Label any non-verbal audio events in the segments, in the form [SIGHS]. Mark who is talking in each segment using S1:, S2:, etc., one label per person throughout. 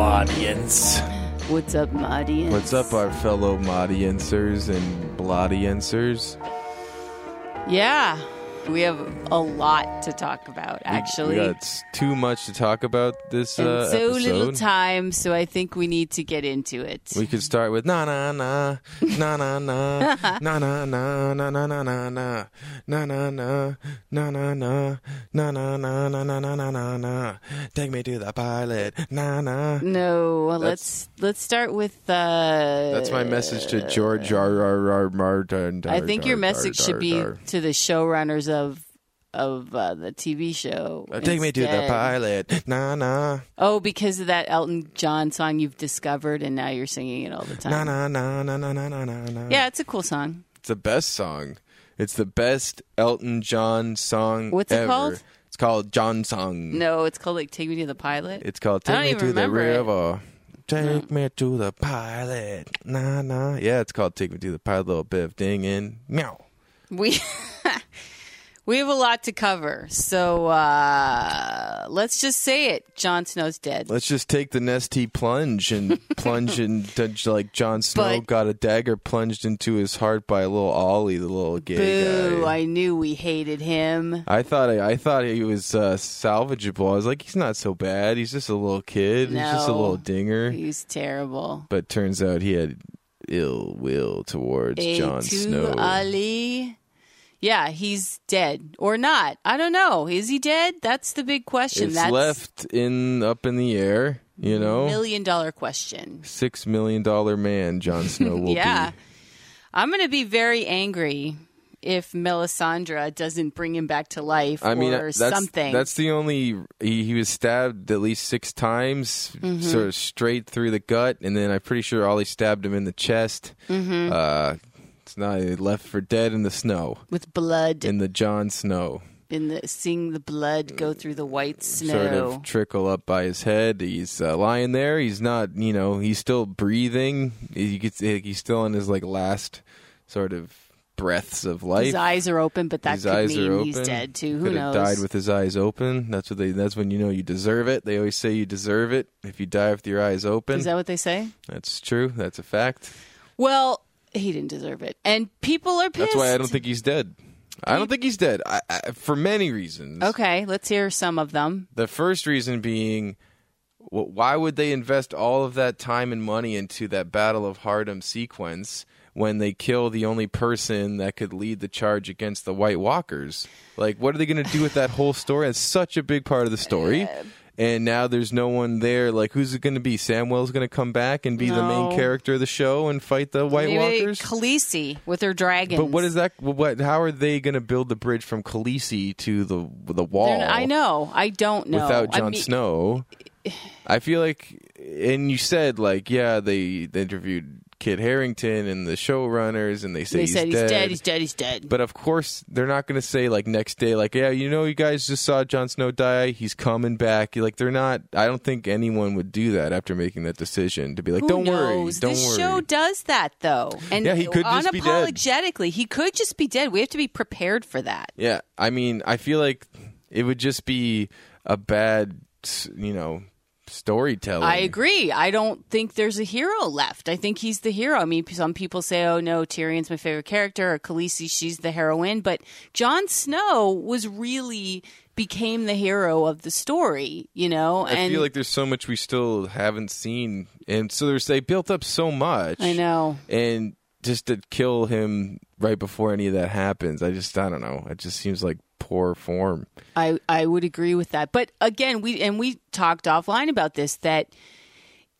S1: audience.
S2: What's up, Marty?
S3: What's up, our fellow Modiencers and Blodiencers?
S2: Yeah, we have a lot to talk about, actually.
S3: we got s- too much to talk about this uh,
S2: and so little
S3: episode.
S2: time, so I think we need to get into it.
S3: we could start with na na na na na na na na na na na na na na na na na na na na na na na na na na na na na take me to the pilot na na.
S2: no, let's let's start with. Uh,
S3: That's my message to George R R R Martin.
S2: I think your message should be to the showrunners of of uh, the TV show.
S3: Uh, Take me to the
S2: instead.
S3: pilot. Na na.
S2: Oh, because of that Elton John song you've discovered, and now you're singing it all the time.
S3: Na na na na na na na na na.
S2: Yeah, it's a cool song.
S3: It's the best song. It's the best Elton John song
S2: What's it
S3: ever.
S2: called?
S3: It's called John Song.
S2: No, it's called like "Take Me to the Pilot."
S3: It's called
S2: I
S3: Take
S2: don't
S3: Me
S2: even
S3: to the
S2: remember it.
S3: River. Take me to the pilot. Na na. Yeah, it's called Take Me to the Pilot. Little bit of ding in. Meow.
S2: we [LAUGHS] we have a lot to cover, so uh, let's just say it: Jon Snow's dead.
S3: Let's just take the nasty plunge
S2: [LAUGHS]
S3: and plunge in to- like Jon Snow
S2: But-
S3: got a dagger plunged into his heart by a little Ollie, the little gay
S2: Boo!
S3: guy.
S2: I knew we hated him.
S3: I thought I thought he was uh, salvageable. I was like, he's not so bad. He's just a little kid. He's just a
S2: No.
S3: little dinger.
S2: He's terrible.
S3: But turns out he had ill will towards
S2: A
S3: Jon
S2: to
S3: Snow.
S2: Ali. Yeah, he's dead or not? I don't know. Is he dead? That's the big question.
S3: It's
S2: That's
S3: left in up in the air. You know,
S2: million dollar question.
S3: six million dollar man
S2: [LAUGHS]
S3: Jon Snow will
S2: yeah,
S3: be.
S2: I'm going to be very angry if Melisandre doesn't bring him back to life
S3: I mean, uh,
S2: or
S3: that's
S2: something.
S3: that's the only he, he was stabbed at least six times,
S2: Mm-hmm.
S3: sort of straight through the gut, and then I'm pretty sure Ollie stabbed him in the chest.
S2: Mm-hmm.
S3: Uh, it's not he left for dead in the snow.
S2: with blood
S3: in the John Snow
S2: in the seeing the blood go through the white snow.
S3: Mm, sort of trickle up by his head. He's uh, lying there. He's not, you know, he's still breathing. He gets, he's still in his like last sort of breaths of life.
S2: his eyes are open, but that
S3: His
S2: could
S3: eyes are
S2: mean
S3: open.
S2: he's dead too. Who
S3: Could
S2: knows?
S3: have died with his eyes open. That's what they. That's when you know you deserve it. They always say you deserve it if you die with your eyes open.
S2: Is that what they say?
S3: that's true. That's a fact.
S2: Well, he didn't deserve it, and people are pissed.
S3: That's why I don't think he's dead. I don't think he's dead. I, I, for many reasons.
S2: Okay, let's hear some of them.
S3: The first reason being, wh- why would they invest all of that time and money into that Battle of Hardham sequence when they kill the only person that could lead the charge against the White Walkers? Like, what are they going to do with that whole story? It's such a big part of the
S2: [LAUGHS]
S3: story. And now there's no one there. Like, who's it going to be? Samwell's going to come back and be the
S2: No.
S3: main character of the show and fight the White
S2: Maybe
S3: Walkers.
S2: Khaleesi with her dragons.
S3: but what is that? What? How are they going to build the bridge from Khaleesi to the the
S2: They're
S3: wall?
S2: not- I know. I don't know.
S3: without
S2: I
S3: Jon
S2: mean-
S3: Snow. I feel like, and you said like, yeah, they, they interviewed Kit Harrington and the showrunners, and they say
S2: They
S3: he's,
S2: said he's
S3: dead.
S2: dead. He's dead. He's dead.
S3: But of course, they're not going to say like next day, like, yeah, you know, you guys just saw Jon Snow die. He's coming back. Like, they're not. I don't think anyone would do that after making that decision to be like,
S2: Who
S3: don't
S2: knows?
S3: worry, don't
S2: this
S3: worry.
S2: show does that though, and
S3: Yeah, he could just be dead.
S2: unapologetically, he could just be dead. We have to be prepared for that.
S3: Yeah, I mean, I feel like it would just be a bad, s- you know, storytelling.
S2: I agree. I don't think there's a hero left. I think he's the hero. I mean, some people say, "Oh no, Tyrion's my favorite character," or "Khaleesi, she's the heroine." But Jon Snow was really became the hero of the story, you know.
S3: I
S2: and
S3: feel like there's so much we still haven't seen, and so there's they built up so much.
S2: I know.
S3: and just to kill him right before any of that happens, I just I don't know. It just seems like poor form.
S2: I I would agree with that. But again, we and we talked offline about this that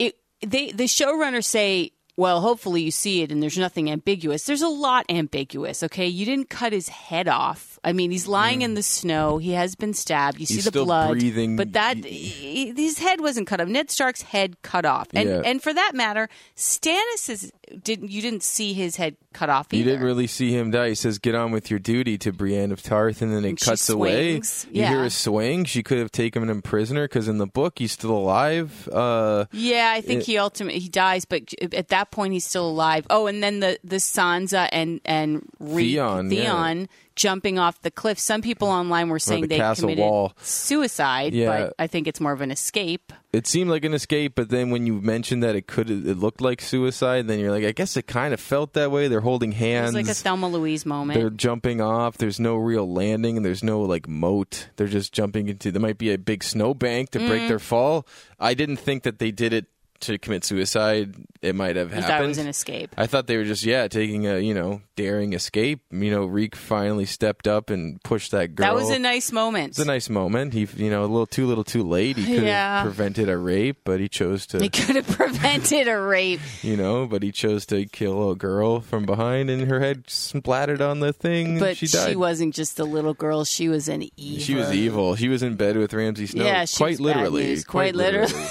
S2: it they the showrunners say, well, hopefully you see it and there's nothing ambiguous. There's a lot ambiguous, okay? You didn't cut his head off. I mean, he's lying in the snow. He has been stabbed. You see the
S3: still
S2: blood.
S3: breathing.
S2: But that
S3: Y-
S2: he- his head wasn't cut off. Ned Stark's head cut off. And
S3: Yeah.
S2: and for that matter, Stannis didn't you didn't see his head cut off either.
S3: You didn't really see him die. He says, "Get on with your duty" to Brienne of Tarth, and then it
S2: she
S3: cuts away.
S2: swings.
S3: You hear
S2: Yeah.
S3: a swing. She could have taken him prisoner because in the book he's still alive. Uh,
S2: Yeah, I think he ultimately he dies, but at that point he's still alive. Oh, and then the the Sansa and and Reek,
S3: Theon, yeah.
S2: Theon jumping off the cliff. Some people online were saying
S3: the
S2: they
S3: castle
S2: committed
S3: wall.
S2: suicide,
S3: Yeah.
S2: but I think it's more of an escape.
S3: It seemed like an escape, but then when you mentioned that it could, it looked like suicide. Then you're like, I guess it kind of felt that way. They're holding
S2: It
S3: hands.
S2: was like a Thelma Louise moment.
S3: they're jumping off. There's no real landing, and there's no like moat. They're just jumping into. There might be a big snowbank to break
S2: Mm-hmm.
S3: their fall. I didn't think that they did it to commit suicide. It might have
S2: I
S3: happened.
S2: thought it was an escape.
S3: I thought they were just yeah taking a you know daring escape. You know, Reek finally stepped up and pushed that girl.
S2: That was a nice moment.
S3: It's a nice moment. He you know a little too little too late. He could have
S2: Yeah.
S3: prevented a rape, but he chose to
S2: they could have [LAUGHS] prevented a
S3: [LAUGHS]
S2: rape.
S3: you know. But he chose to kill a girl from behind, and her head splattered on the thing.
S2: But
S3: and she
S2: she,
S3: died.
S2: wasn't just a little girl. She was an evil.
S3: She was evil. She was in bed with Ramsey Snow.
S2: Yeah, she
S3: quite
S2: was bad
S3: literally. [LAUGHS]
S2: news, quite literally.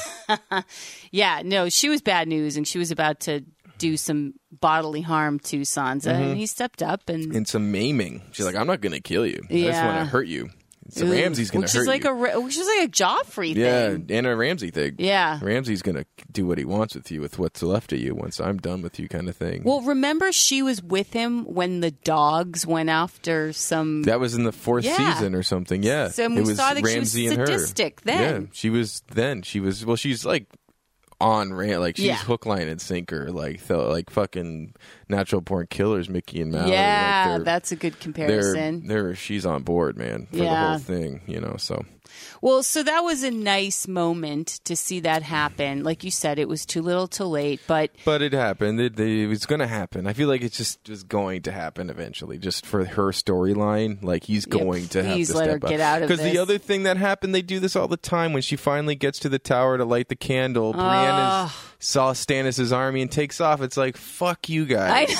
S2: Yeah, no, she was bad news, and she was about to do some bodily harm to Sansa, and he stepped up and.
S3: Mm-hmm. and some maiming. She's like, I'm not going to kill you. I just
S2: Yeah.
S3: want to hurt you. So
S2: Ooh.
S3: Ramsey's going
S2: which
S3: to hurt
S2: is like
S3: you.
S2: a re- which is like a Joffrey
S3: yeah,
S2: thing.
S3: and a Ramsey thing.
S2: Yeah.
S3: Ramsey's going to do what he wants with you, with what's left of you once I'm done with you, kind of thing.
S2: Well, remember she was with him when the dogs went after some.
S3: that was in the fourth
S2: Yeah.
S3: season or something. Yeah.
S2: So we
S3: it was
S2: saw that she was
S3: Ramsey and her.
S2: sadistic then.
S3: Yeah, she was then. She was, well, she's like on rant. Like she's
S2: Yeah.
S3: hook, line, and sinker. Like, th- like fucking natural born killers, Mickey and Mallory.
S2: yeah,
S3: oh, like they're-
S2: that's a good
S3: they're,
S2: comparison.
S3: they're she's on board, man, for the
S2: Yeah.
S3: whole thing, you know. So
S2: Well, so that was a nice moment to see that happen. Like you said, it was too little, too late, but
S3: but it happened. It, it was going to happen. I feel like it's just was going to happen eventually, just for her storyline. Like he's
S2: Yeah,
S3: going to have to
S2: please let her
S3: step
S2: get out of
S3: Because
S2: this.
S3: the other thing that happened, they do this all the time. When she finally gets to the tower to light the candle, Brienne is, saw Stannis's army and takes off. It's like fuck you
S2: I
S3: guys.
S2: know.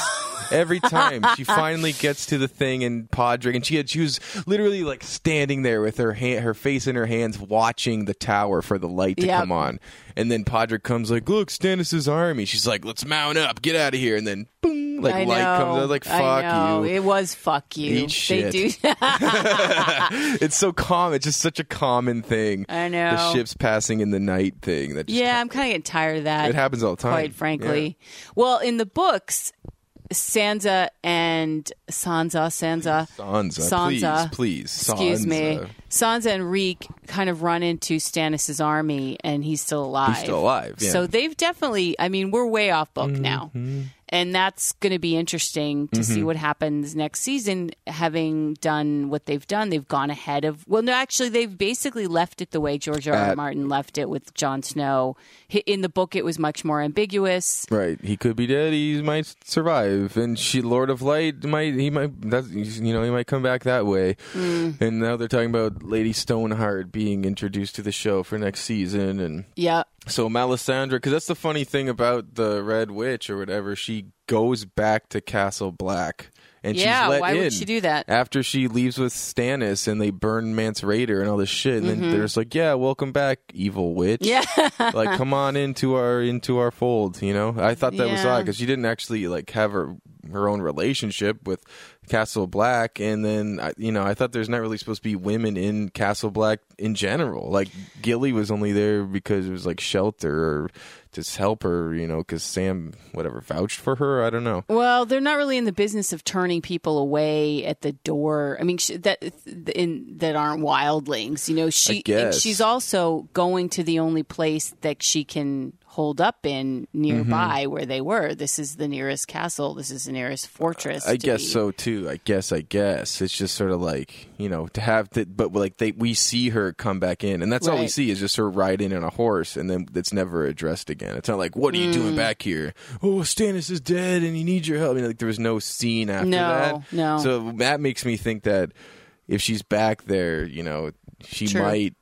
S3: Every
S2: [LAUGHS]
S3: time she finally gets to the thing and Podrick, and she had she was literally like standing there with her hand, her face in her hands, watching the tower for the light to
S2: Yep.
S3: come on. And then Podrick comes like, "Look, Stannis's army." She's like, "Let's mount up, get out of here!" And then boom, like
S2: I know.
S3: light comes out. Like,
S2: I know.
S3: fuck you.
S2: It was fuck you.
S3: Eat
S2: they
S3: shit.
S2: do.
S3: it's so common. It's just such a common thing.
S2: [LAUGHS] I know.
S3: The ships passing in the night thing. That just,
S2: yeah, I'm kind of getting tired of that.
S3: it happens all the time.
S2: quite frankly. Well, in the books, Sansa and Sansa, Sansa,
S3: Yeah. Sansa, please,
S2: Sansa.
S3: please.
S2: excuse me,
S3: Sansa.
S2: Sansa and Reek kind of run into Stannis's army, and he's still alive.
S3: He's still alive. Yeah. Mm-hmm.
S2: So they've definitely. I mean, we're way off book now, and that's going to be interesting to
S3: Mm-hmm.
S2: see what happens next season. Having done what they've done, they've gone ahead of. Well, no, actually, they've basically left it the way George R. R.
S3: At-
S2: Martin left it with Jon Snow. Hi- In the book, it was much more ambiguous.
S3: Right, he could be dead. He might survive, and she, Lord of Light, might he might that's you know he might come back that way.
S2: Hmm.
S3: And now they're talking about Lady Stoneheart being introduced to the show for next season, and
S2: Yeah.
S3: so Melisandre, because that's the funny thing about the Red Witch or whatever, she goes back to Castle Black, and
S2: yeah.
S3: she's let
S2: why
S3: in
S2: would she do that?
S3: after she leaves with Stannis, and they burn Mance Raider and all this shit, and then they're just like, "Yeah, welcome back, evil witch."
S2: Mm-hmm. Yeah.
S3: [LAUGHS] like come on into our into our fold you know i thought that was
S2: Yeah.
S3: odd because she didn't actually like have her her own relationship with castle black and then I- you know i thought there's not really supposed to be women in castle black in general like gilly was only there because it was like shelter or to help her you know because sam whatever vouched for her i don't know
S2: Well, they're not really in the business of turning people away at the door. I mean, she, that in that aren't wildlings, you know. She and
S3: guess.
S2: she's also going to the only place that she can hold up in nearby
S3: Mm-hmm.
S2: where they were. This is the nearest castle. This is the nearest fortress.
S3: I
S2: to
S3: guess
S2: be-
S3: so too. I guess. I guess it's just sort of like you know to have that, but like they we see her come back in, and that's all we
S2: Right.
S3: see is just her riding on a horse, and then it's never addressed again. It's not like what are you
S2: Mm.
S3: doing back here? Oh, Stannis is dead, and he needs your help. I mean, like there was no scene after
S2: No,
S3: that.
S2: no.
S3: So that makes me think that if she's back there, you know, she
S2: True.
S3: might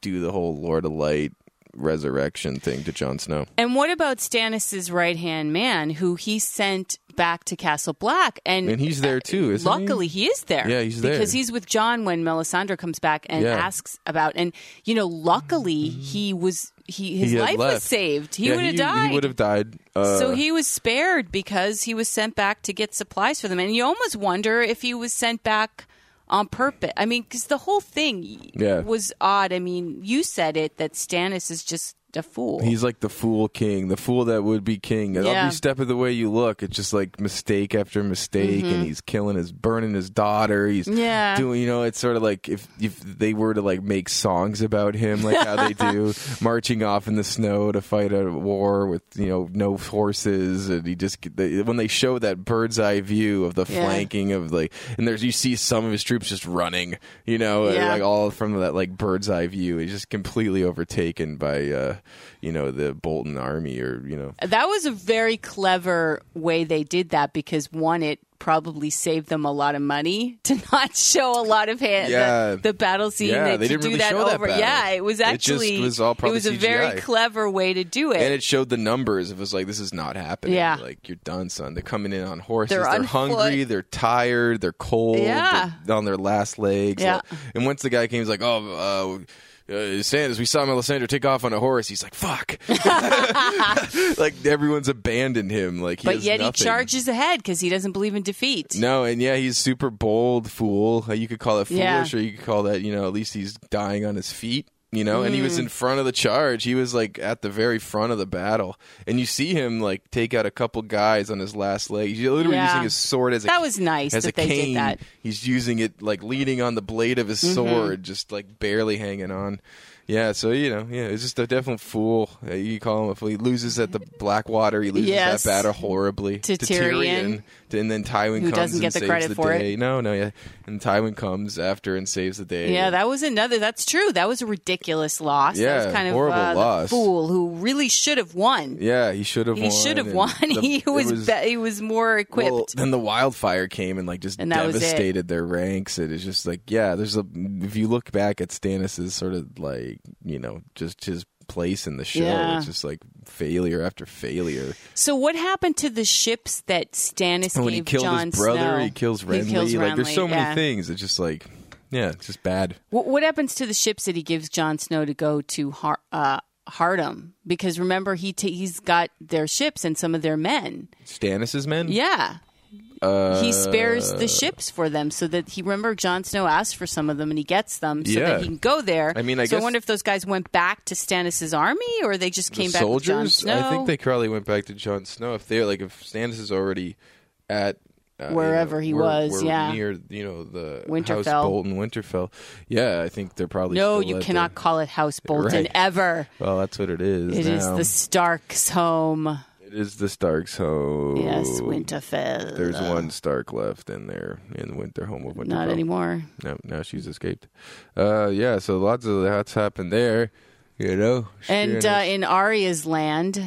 S3: do the whole Lord of Light resurrection thing to Jon Snow.
S2: And what about Stannis's right hand man, who he sent back to Castle Black, and
S3: And he's there too, isn't he?
S2: luckily he? is there.
S3: Yeah, he's there.
S2: because he's with John when Melisandre comes back and
S3: Yeah.
S2: asks about. And you know, luckily he was he his
S3: He had
S2: life was
S3: left.
S2: saved. He
S3: Yeah,
S2: would have
S3: He would
S2: died.
S3: have died. Uh,
S2: so he was spared because he was sent back to get supplies for them. And you almost wonder if he was sent back on purpose. I mean, because the whole thing
S3: Yeah.
S2: was odd. I mean, you said it that Stannis is just a fool.
S3: He's like the fool king, the fool that would be king. And
S2: Yeah.
S3: Every step of the way you look, it's just like mistake after mistake, and he's killing his, burning his daughter. He's
S2: Mm-hmm. Yeah.
S3: doing, you know, it's sort of like if if they were to like make songs about him, like how they
S2: [LAUGHS]
S3: do, marching off in the snow to fight a war with you know no horses, and he just they, when they show that bird's eye view of the
S2: Yeah.
S3: flanking of like, and there's you see some of his troops just running, you know,
S2: Yeah.
S3: like all from that like bird's eye view. He's just completely overtaken by uh, you know the Bolton army or you know
S2: That was a very clever way they did that because one, it probably saved them a lot of money [LAUGHS] to not show a lot of hand,
S3: Yeah.
S2: the, the battle scene.
S3: Yeah,
S2: that,
S3: they
S2: to
S3: didn't
S2: do
S3: really
S2: that
S3: show that
S2: over.
S3: battle.
S2: yeah, it was
S3: It just
S2: actually
S3: was all probably
S2: it was a very
S3: CGI.
S2: clever way to do
S3: and it showed the numbers. It was like this is not happening.
S2: Yeah.
S3: like you're done, son. They're coming in on horses.
S2: They're
S3: They're,
S2: on
S3: hungry. They're tired. They're cold.
S2: Yeah.
S3: They're on their last legs.
S2: Yeah.
S3: And once the guy came, he's like, "Oh, uh, uh, Sanders, we saw Melisandre take off on a horse." He's like, "Fuck!" [LAUGHS]
S2: [LAUGHS]
S3: like everyone's abandoned him. Like, he
S2: but
S3: has
S2: yet he
S3: nothing.
S2: charges ahead because he doesn't believe in defeat.
S3: No, and yeah, he's super bold fool. Uh, You could call it
S2: Yeah.
S3: foolish, or you could call that you know at least he's dying on his feet. You know, and he
S2: Hmm.
S3: was in front of the charge. He was like at the very front of the battle, and you see him like take out a couple guys on his last leg. He's literally
S2: Yeah.
S3: using his sword as
S2: That
S3: a,
S2: was nice
S3: as
S2: that
S3: a
S2: they
S3: cane.
S2: did that. Mm-hmm.
S3: He's using it like leaning on the blade of his sword, just like barely hanging on. Yeah, so you know, yeah, it's just a definite fool. Uh, You call him a fool. He loses at the Blackwater. He loses
S2: Yes.
S3: that battle horribly
S2: To Tyrion.
S3: Tyrion. and then Tywin
S2: Who
S3: comes
S2: doesn't
S3: and
S2: get the
S3: saves
S2: credit
S3: the
S2: for it.
S3: day. No, no, yeah. And Tywin comes after and saves the day.
S2: Yeah, that was another. That's true. That was a ridiculous loss. that
S3: Yeah,
S2: was kind of
S3: horrible
S2: uh, the
S3: loss.
S2: fool who really should have won.
S3: yeah, he should have
S2: He
S3: won.
S2: should have
S3: and
S2: won. [LAUGHS]
S3: the-
S2: he
S3: it
S2: was, be- he was more equipped.
S3: Well, then the wildfire came and like just
S2: And that was it.
S3: devastated their ranks. It is just like yeah, there's a if you look back at Stannis's sort of like you know just his place in the show,
S2: Yeah.
S3: it's just like failure after failure.
S2: So what happened to the ships that Stannis
S3: And
S2: gave
S3: when he killed
S2: Jon
S3: his brother,
S2: Snow?
S3: he kills Renly. like there's so many things. It's just like yeah, it's just bad.
S2: What, what happens to the ships that he gives Jon Snow to go to Har- uh, Hardham? Because remember, he ta he's got their ships and some of their men.
S3: Stannis's men.
S2: Yeah,
S3: Uh,
S2: he spares the ships for them so that he remember Jon Snow asked for some of them and he gets them so
S3: Yeah.
S2: that he can go there.
S3: I mean, I
S2: so I
S3: guess-
S2: wonder if those guys went back to Stannis's army or they just came back
S3: soldiers.
S2: with Jon Snow.
S3: I think they probably went back to Jon Snow if they're like if Stannis is already at uh, you
S2: Wherever
S3: know,
S2: he
S3: we're-
S2: was,
S3: we're
S2: yeah.
S3: near you know the House
S2: Winterfell.
S3: Bolton, Winterfell. Yeah, I think they're probably
S2: no,
S3: still
S2: you
S3: at
S2: cannot call it House Bolton
S3: Right.
S2: ever.
S3: The, well, that's what it is.
S2: It is
S3: now.
S2: the Stark's home.
S3: it is the Starks home.
S2: Yes, Winterfell.
S3: There's one Stark left in there in the winter home of Winterfell.
S2: Not anymore.
S3: No, now she's escaped. Uh, yeah, so lots of that's happened there. You know,
S2: And
S3: She-
S2: uh, in Arya's land,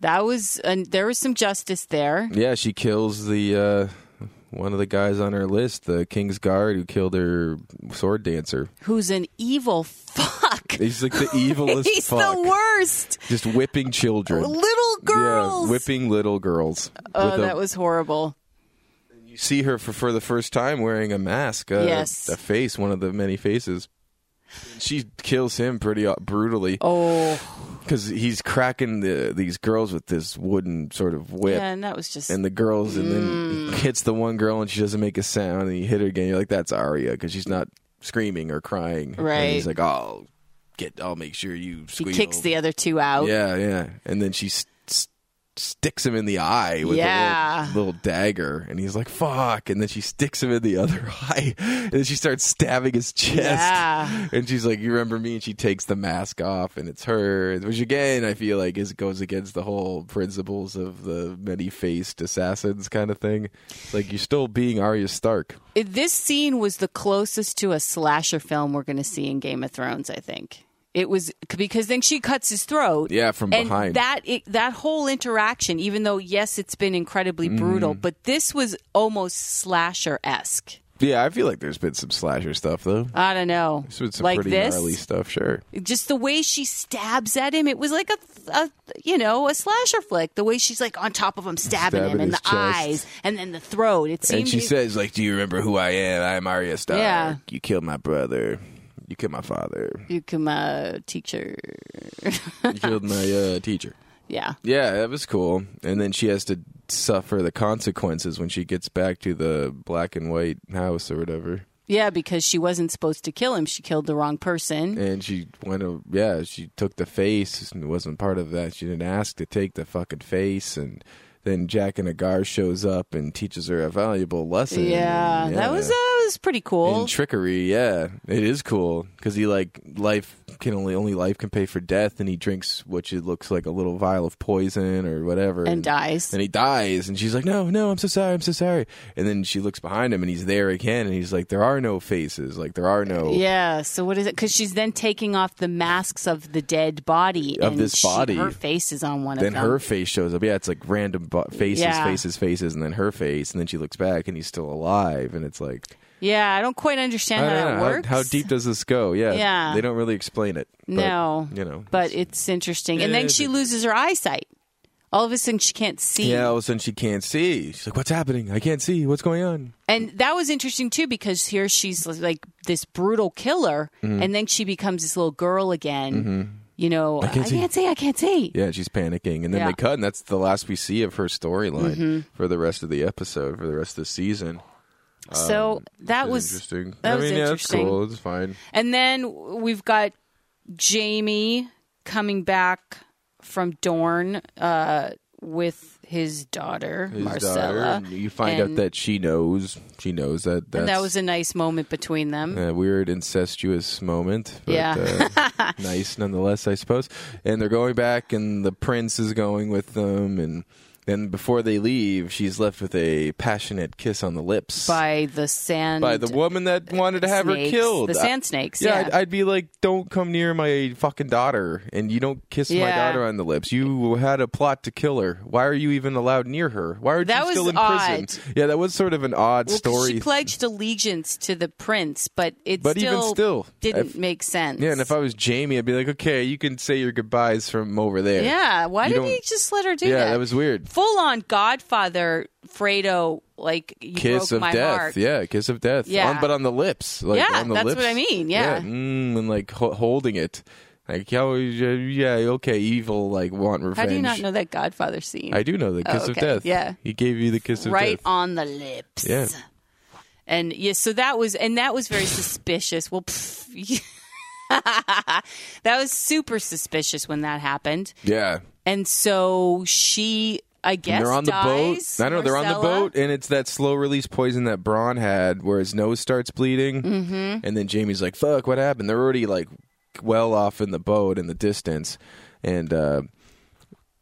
S2: that was and there was some justice there.
S3: Yeah, she kills the uh, one of the guys on her list, the King's Guard, who killed her sword dancer.
S2: Who's an evil fuck?
S3: He's
S2: [LAUGHS]
S3: like the evilest
S2: He's
S3: fuck,
S2: the worst.
S3: just whipping children.
S2: Little girls.
S3: Yeah, whipping little girls.
S2: oh,
S3: With a-
S2: that was horrible.
S3: you see her for, for the first time wearing a mask. Uh,
S2: Yes.
S3: a face, one of the many faces. She kills him pretty uh, brutally
S2: Oh,
S3: because he's cracking the, these girls with this wooden sort of whip.
S2: yeah, and that was just Mm.
S3: and the girls, and then he [LAUGHS] hits the one girl, and she doesn't make a sound, and you hit her again. You're like, "That's Aria," because she's not screaming or crying.
S2: Right.
S3: And he's like, "I'll get. I'll make sure you."
S2: he
S3: Squeal.
S2: kicks the other two out.
S3: Yeah, yeah, and then she s s- sticks him in the eye with a
S2: Yeah.
S3: little, little dagger, and he's like, "Fuck!" And then she sticks him in the [LAUGHS] other eye, and then she starts stabbing his chest.
S2: Yeah.
S3: And she's like, "You remember me?" And she takes the mask off, and it's her. Which again, I feel like is goes against the whole principles of the many-faced assassins kind of thing. It's like you're still being Arya Stark.
S2: It- This scene was the closest to a slasher film we're going to see in Game of Thrones. I think it was because then she cuts his throat.
S3: Yeah, from
S2: and
S3: behind.
S2: that it, that whole interaction, even though yes, it's been incredibly brutal,
S3: Mm.
S2: but this was almost slasher esque.
S3: yeah, I feel like there's been some slasher stuff though.
S2: I don't know,
S3: There's been some
S2: like
S3: pretty
S2: this,
S3: gnarly stuff, sure.
S2: just the way she stabs at him. It was like a, a you know a slasher flick. The way she's like on top of him, stabbing,
S3: Stabbing
S2: him, and the
S3: his chest.
S2: eyes, and then the throat. It seemed
S3: and she says, like, do you remember who I am? I am Arya Stark.
S2: Yeah.
S3: You killed my brother. You killed my father.
S2: you come uh, teacher.
S3: You killed my uh, teacher.
S2: Yeah.
S3: Yeah, that was cool. And then she has to suffer the consequences when she gets back to the black and white house or whatever.
S2: Yeah, because she wasn't supposed to kill him. She killed the wrong person.
S3: and she went. a- Yeah, she took the face and wasn't part of that. She didn't ask to take the fucking face, and then Jack and Agar shows up and teaches her a valuable lesson.
S2: yeah,
S3: And,
S2: that was
S3: yeah.
S2: that was pretty cool.
S3: in trickery. Yeah, it is cool because he like life can only only life can pay for death, and he drinks which it looks like a little vial of poison or whatever,
S2: and dies.
S3: and he dies and she's like no no i'm so sorry i'm so sorry and then she looks behind him and he's there again and he's like there are no faces like there are no
S2: Yeah. So what is it? Because she's then taking off the masks of the dead body
S3: Of
S2: and
S3: this
S2: she-
S3: body.
S2: Her face is on one
S3: then
S2: of them.
S3: her face shows up yeah it's like random bo- faces
S2: Yeah.
S3: faces faces and then her face and then she looks back and he's still alive and it's like
S2: yeah, I don't quite understand
S3: i
S2: how
S3: don't
S2: that
S3: know
S2: works.
S3: how, how deep does this go yeah
S2: Yeah.
S3: they don't really explain it but,
S2: No.
S3: you know
S2: But it's interesting. And
S3: Yeah,
S2: then she
S3: but-
S2: loses her eyesight. All of a sudden, she can't see.
S3: yeah all of a sudden she can't see she's like what's happening i can't see what's going on
S2: And that was interesting too because here she's like this brutal killer,
S3: Mm-hmm.
S2: and then she becomes this little girl again. You know, I
S3: can't see.
S2: see, I can't see.
S3: yeah she's panicking and then
S2: Yeah. Mm-hmm.
S3: they cut and that's the last we see of her storyline for the rest of the episode for the rest of the season
S2: So that
S3: It's
S2: was
S3: Um, interesting.
S2: that
S3: I
S2: was
S3: mean,
S2: interesting.
S3: yeah, it's cool. It's fine.
S2: And then we've got Jamie coming back from Dorn uh, with his daughter
S3: His
S2: Marcella.
S3: daughter, and you find
S2: and-
S3: out that she knows. She knows that. That's
S2: and that was a nice moment between them.
S3: a weird incestuous moment. But,
S2: Yeah. [LAUGHS]
S3: uh, nice nonetheless, I suppose. And they're going back, and the prince is going with them, and then before they leave, she's left with a passionate kiss on the lips
S2: By the sand,
S3: by the woman that wanted to have her
S2: snakes,
S3: killed.
S2: The
S3: I-
S2: sand snakes.
S3: Yeah,
S2: Yeah,
S3: I'd, I'd be like, don't come near my fucking daughter, and you don't kiss my
S2: Yeah.
S3: daughter on the lips. You had a plot to kill her. Why are you even allowed near her? Why are
S2: That
S3: you
S2: was
S3: still in
S2: odd.
S3: prison? Yeah, that was sort of an odd
S2: Well, 'cause
S3: story.
S2: She pledged allegiance to the prince, but it
S3: But even
S2: still,
S3: still,
S2: didn't
S3: if-
S2: make sense.
S3: yeah, and if I was Jamie, I'd be like, okay, you can say your goodbyes from over there.
S2: yeah, why
S3: You
S2: did
S3: don't-
S2: he just let her do
S3: yeah,
S2: that?
S3: that was weird.
S2: full on Godfather Fredo, like you
S3: Kiss
S2: broke
S3: of
S2: my
S3: death,
S2: heart.
S3: yeah, kiss of death.
S2: Yeah.
S3: On- but on the lips, like
S2: Yeah,
S3: on the
S2: that's
S3: lips.
S2: what I mean, yeah.
S3: mm, and like ho- holding it, like yeah, yeah, okay, evil, like want revenge.
S2: How do you not know that Godfather scene?
S3: I do know the kiss of
S2: Oh, okay,
S3: death.
S2: yeah.
S3: he gave you the kiss of
S2: right
S3: death.
S2: on the lips.
S3: Yeah.
S2: And yes, so that was and that was very suspicious. Well, [LAUGHS] pff, that was super suspicious when that happened.
S3: Yeah,
S2: And so she, I guess,
S3: and they're on the
S2: dies,
S3: boat. I know they're on the
S2: Marcella.
S3: boat, and it's that slow release poison that Braun had, where his nose starts bleeding, mm-hmm. and then Jamie's like, "Fuck, what happened?" They're already like well off in the boat in the distance, and uh,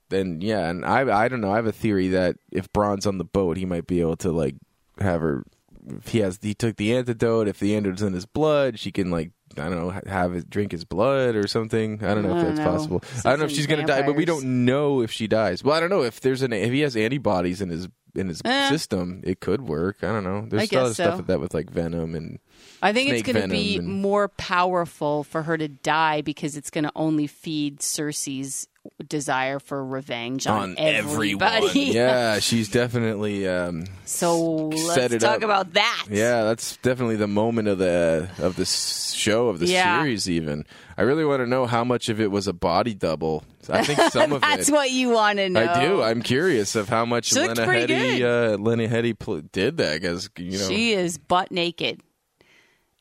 S3: then yeah, and I I don't know. I have a theory that if Braun's on the boat, he might be able to like have her. If he has, he took the antidote. If the antidote's in his blood, she can like. I don't know. ha- Have it drink his blood or something. I don't know
S2: I
S3: if
S2: don't
S3: that's
S2: know.
S3: possible. I don't know if
S2: Seasoned
S3: she's gonna die, but we
S2: vampires.
S3: don't know if she dies. Well, I don't know if there's an if he has antibodies in his in his
S2: Eh.
S3: system, it could work. I don't know.
S2: I
S3: There's still
S2: guess
S3: stuff
S2: so.
S3: with that with like venom and
S2: I think it's
S3: snake
S2: going to be
S3: venom and-
S2: more powerful for her to die because it's going to only feed Cersei's desire for revenge on, everybody. [LAUGHS]
S3: yeah, she's definitely. Um,
S2: So
S3: Set
S2: let's
S3: it
S2: talk
S3: up.
S2: about that.
S3: yeah, that's definitely the moment of the of the s- show of the
S2: Yeah.
S3: series. Even I really want to know how much of it was a body double. I
S2: [LAUGHS]
S3: think some of
S2: That's
S3: it.
S2: what you want to know.
S3: I do. I'm curious of how much
S2: She looked
S3: Lena
S2: pretty
S3: Headey, uh, Lena Headey pl- did that because you know Mm.
S2: She is butt naked.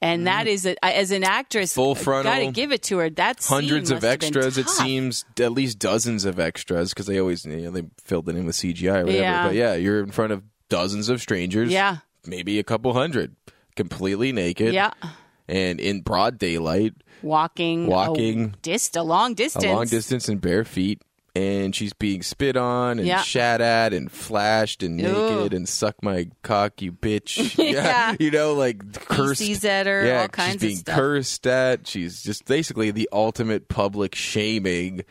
S2: And that is, a, as an actress,
S3: Full
S2: got
S3: frontal,
S2: to give it to her. That's
S3: hundreds of extras. It seems at least dozens of extras because they always you know, they filled it in with CGI or whatever.
S2: Yeah.
S3: But yeah, you're in front of dozens of strangers.
S2: Yeah.
S3: maybe a couple hundred, completely naked.
S2: Yeah.
S3: and in broad daylight,
S2: Walking. a
S3: Walking.
S2: dist, a long
S3: a
S2: distance.
S3: long distance and bare feet. And she's being spit on and
S2: Yeah.
S3: shat at and flashed and
S2: Ooh.
S3: naked and suck my cock, you bitch. [LAUGHS]
S2: [LAUGHS] Yeah.
S3: you know, like cursed.
S2: Feces at her,
S3: yeah,
S2: all
S3: she's
S2: kinds of
S3: being
S2: stuff.
S3: cursed at. She's just basically the ultimate public shaming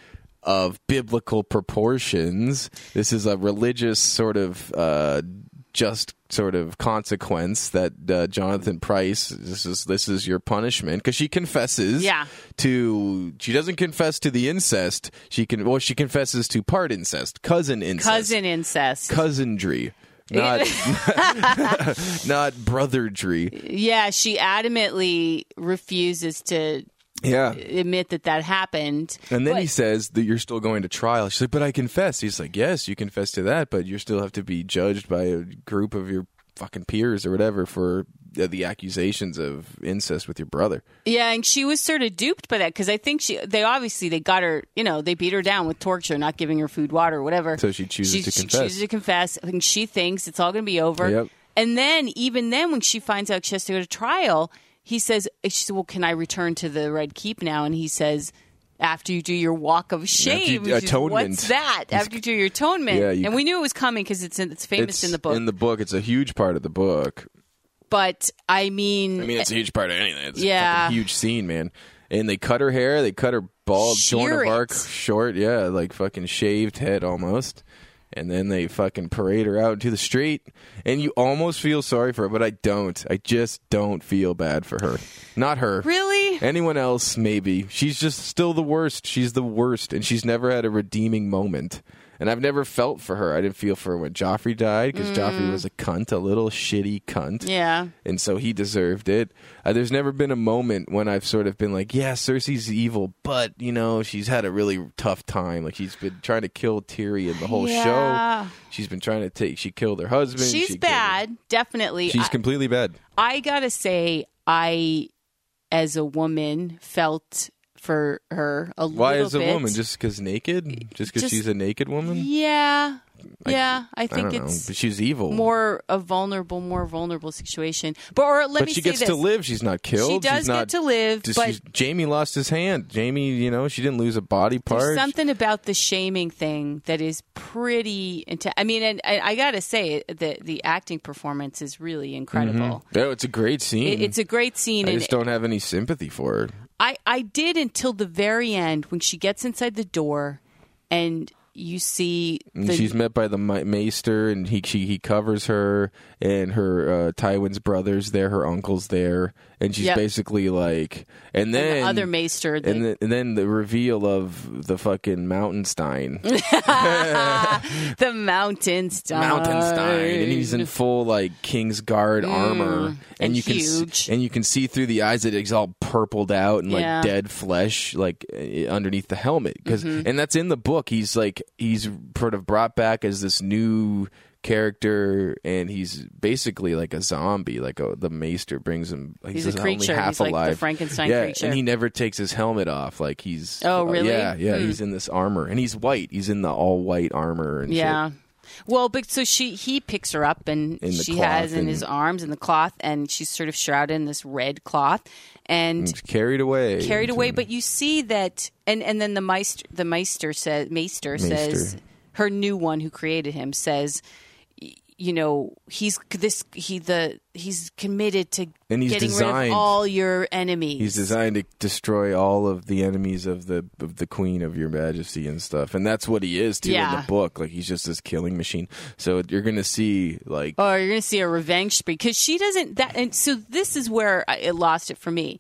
S3: of biblical proportions. This is a religious sort of uh, just sort of consequence that uh, Jonathan Price. This is this is your punishment because she confesses.
S2: Yeah.
S3: To she doesn't confess to the incest. She can well she confesses to part incest, cousin incest,
S2: Cousin incest. [LAUGHS]
S3: cousinry. Not, [LAUGHS] not brotherdry.
S2: yeah, she adamantly refuses to
S3: Yeah,
S2: admit that that happened.
S3: And then
S2: But-
S3: he says that you're still going to trial. She's like, but I confess. He's like, yes, you confess to that, but you still have to be judged by a group of your fucking peers or whatever for uh, the accusations of incest with your brother.
S2: Yeah, and she was sort of duped by that because I think she they obviously they got her, you know, they beat her down with torture, not giving her food, water, whatever.
S3: So she chooses
S2: she,
S3: to
S2: she
S3: confess.
S2: chooses to confess. I think she thinks it's all going to be over.
S3: Yep.
S2: And then even then, when she finds out she has to go to trial, he says, eh, "She said, well, can I return to the Red Keep now?" And he says. After you do your walk of shame,
S3: do
S2: which is,
S3: atonement.
S2: what's that? After you do your atonement,
S3: Yeah, you-
S2: and we knew it was coming because it's in, it's famous
S3: It's
S2: in the book.
S3: In the book, it's a huge part of the book.
S2: but I mean,
S3: I mean, it's a huge part of anything. It's a
S2: Eh, Yeah.
S3: fucking huge scene, man. And they cut her hair. They cut her bald,
S2: Shear
S3: Joan of
S2: it.
S3: Arc short. Yeah, like fucking shaved head almost. And then they fucking parade her out into the street. And you almost feel sorry for her, but I don't. I just don't feel bad for her. Not her.
S2: really,
S3: Anyone else, maybe. She's just still the worst. She's the worst, and she's never had a redeeming moment. And I've never felt for her. I didn't feel for her when Joffrey died because Joffrey was a cunt, a little shitty cunt.
S2: Mm. yeah.
S3: And so he deserved it. Uh, there's never been a moment when I've sort of been like, yeah, Cersei's evil, but, you know, she's had a really tough time. Like, she's been trying to kill Tyrion the whole
S2: Yeah.
S3: show. She's been trying to take, she killed her husband. she
S2: She's
S3: killed her-
S2: bad, definitely.
S3: She's
S2: I-
S3: completely bad.
S2: I gotta say, I, as a woman, felt for her a little
S3: Why is a
S2: bit.
S3: woman? Just because naked? Just because
S2: Just-
S3: she's a naked woman?
S2: yeah, yeah. I
S3: I
S2: think
S3: don't know,
S2: it's
S3: but she's evil.
S2: more a vulnerable, more vulnerable situation. But or let
S3: but
S2: me
S3: she
S2: say
S3: gets
S2: this:
S3: to live. She's not killed.
S2: she does
S3: she's not,
S2: get to live,
S3: just-
S2: but
S3: she's- Jamie lost his hand. Jamie, you know, she didn't lose a body
S2: there's
S3: part.
S2: something about the shaming thing that is pretty. Inten- I mean, and, and I gotta say the the acting performance is really
S3: Mm-hmm.
S2: incredible.
S3: No, Oh, it's a great scene.
S2: It, it's a great scene,
S3: Mm-hmm. I
S2: and
S3: just don't have any sympathy for her.
S2: I, I did until the very end when she gets inside the door and you see
S3: And
S2: the,
S3: she's met by the ma- maester, and he she, he covers her, and her uh, Tywin's brothers there, her uncle's there, and she's
S2: Yep.
S3: basically like, and
S2: the
S3: then
S2: other maester. that-
S3: and, then, and then the reveal of the fucking Mountainstein.
S2: the mountain star.
S3: Mountainstein, and he's in full like King's Guard armor, and,
S2: Mm, and
S3: you can s-
S2: huge.
S3: and you can see through the eyes that it's all purpled out and like
S2: Yeah.
S3: dead flesh, like eh, underneath the helmet. Because
S2: Mm-hmm.
S3: and that's in the book. He's like he's sort of brought back as this new character, and he's basically like a zombie. Like a, the Maester brings him.
S2: He's a
S3: only
S2: creature.
S3: half
S2: He's like the
S3: alive.
S2: Frankenstein
S3: yeah,
S2: creature.
S3: and he never takes his helmet off. Like he's uh,
S2: Oh, really?
S3: yeah yeah. He's in this armor, and he's white. He's in the all white armor and shit.
S2: Yeah. Well, but so she he picks her up and
S3: In the
S2: she
S3: cloth
S2: has in
S3: and-
S2: his arms and the cloth and she's sort of shrouded in this red cloth and
S3: He's carried away.
S2: carried
S3: into-
S2: away. But you see that, and and then the meister, the meister says, meister says,
S3: Maester.
S2: her new one who created him says, y- you know, he's this he the he's committed to
S3: And he's
S2: getting rid
S3: designed-
S2: of all your enemies.
S3: He's designed to destroy all of the enemies of the of the queen of your majesty and stuff, and that's what he is too in
S2: Yeah.
S3: the book. Like he's just this killing machine. So you're gonna see like
S2: Oh, you're going to see a revenge spree because she doesn't that. And so this is where I, it lost it for me.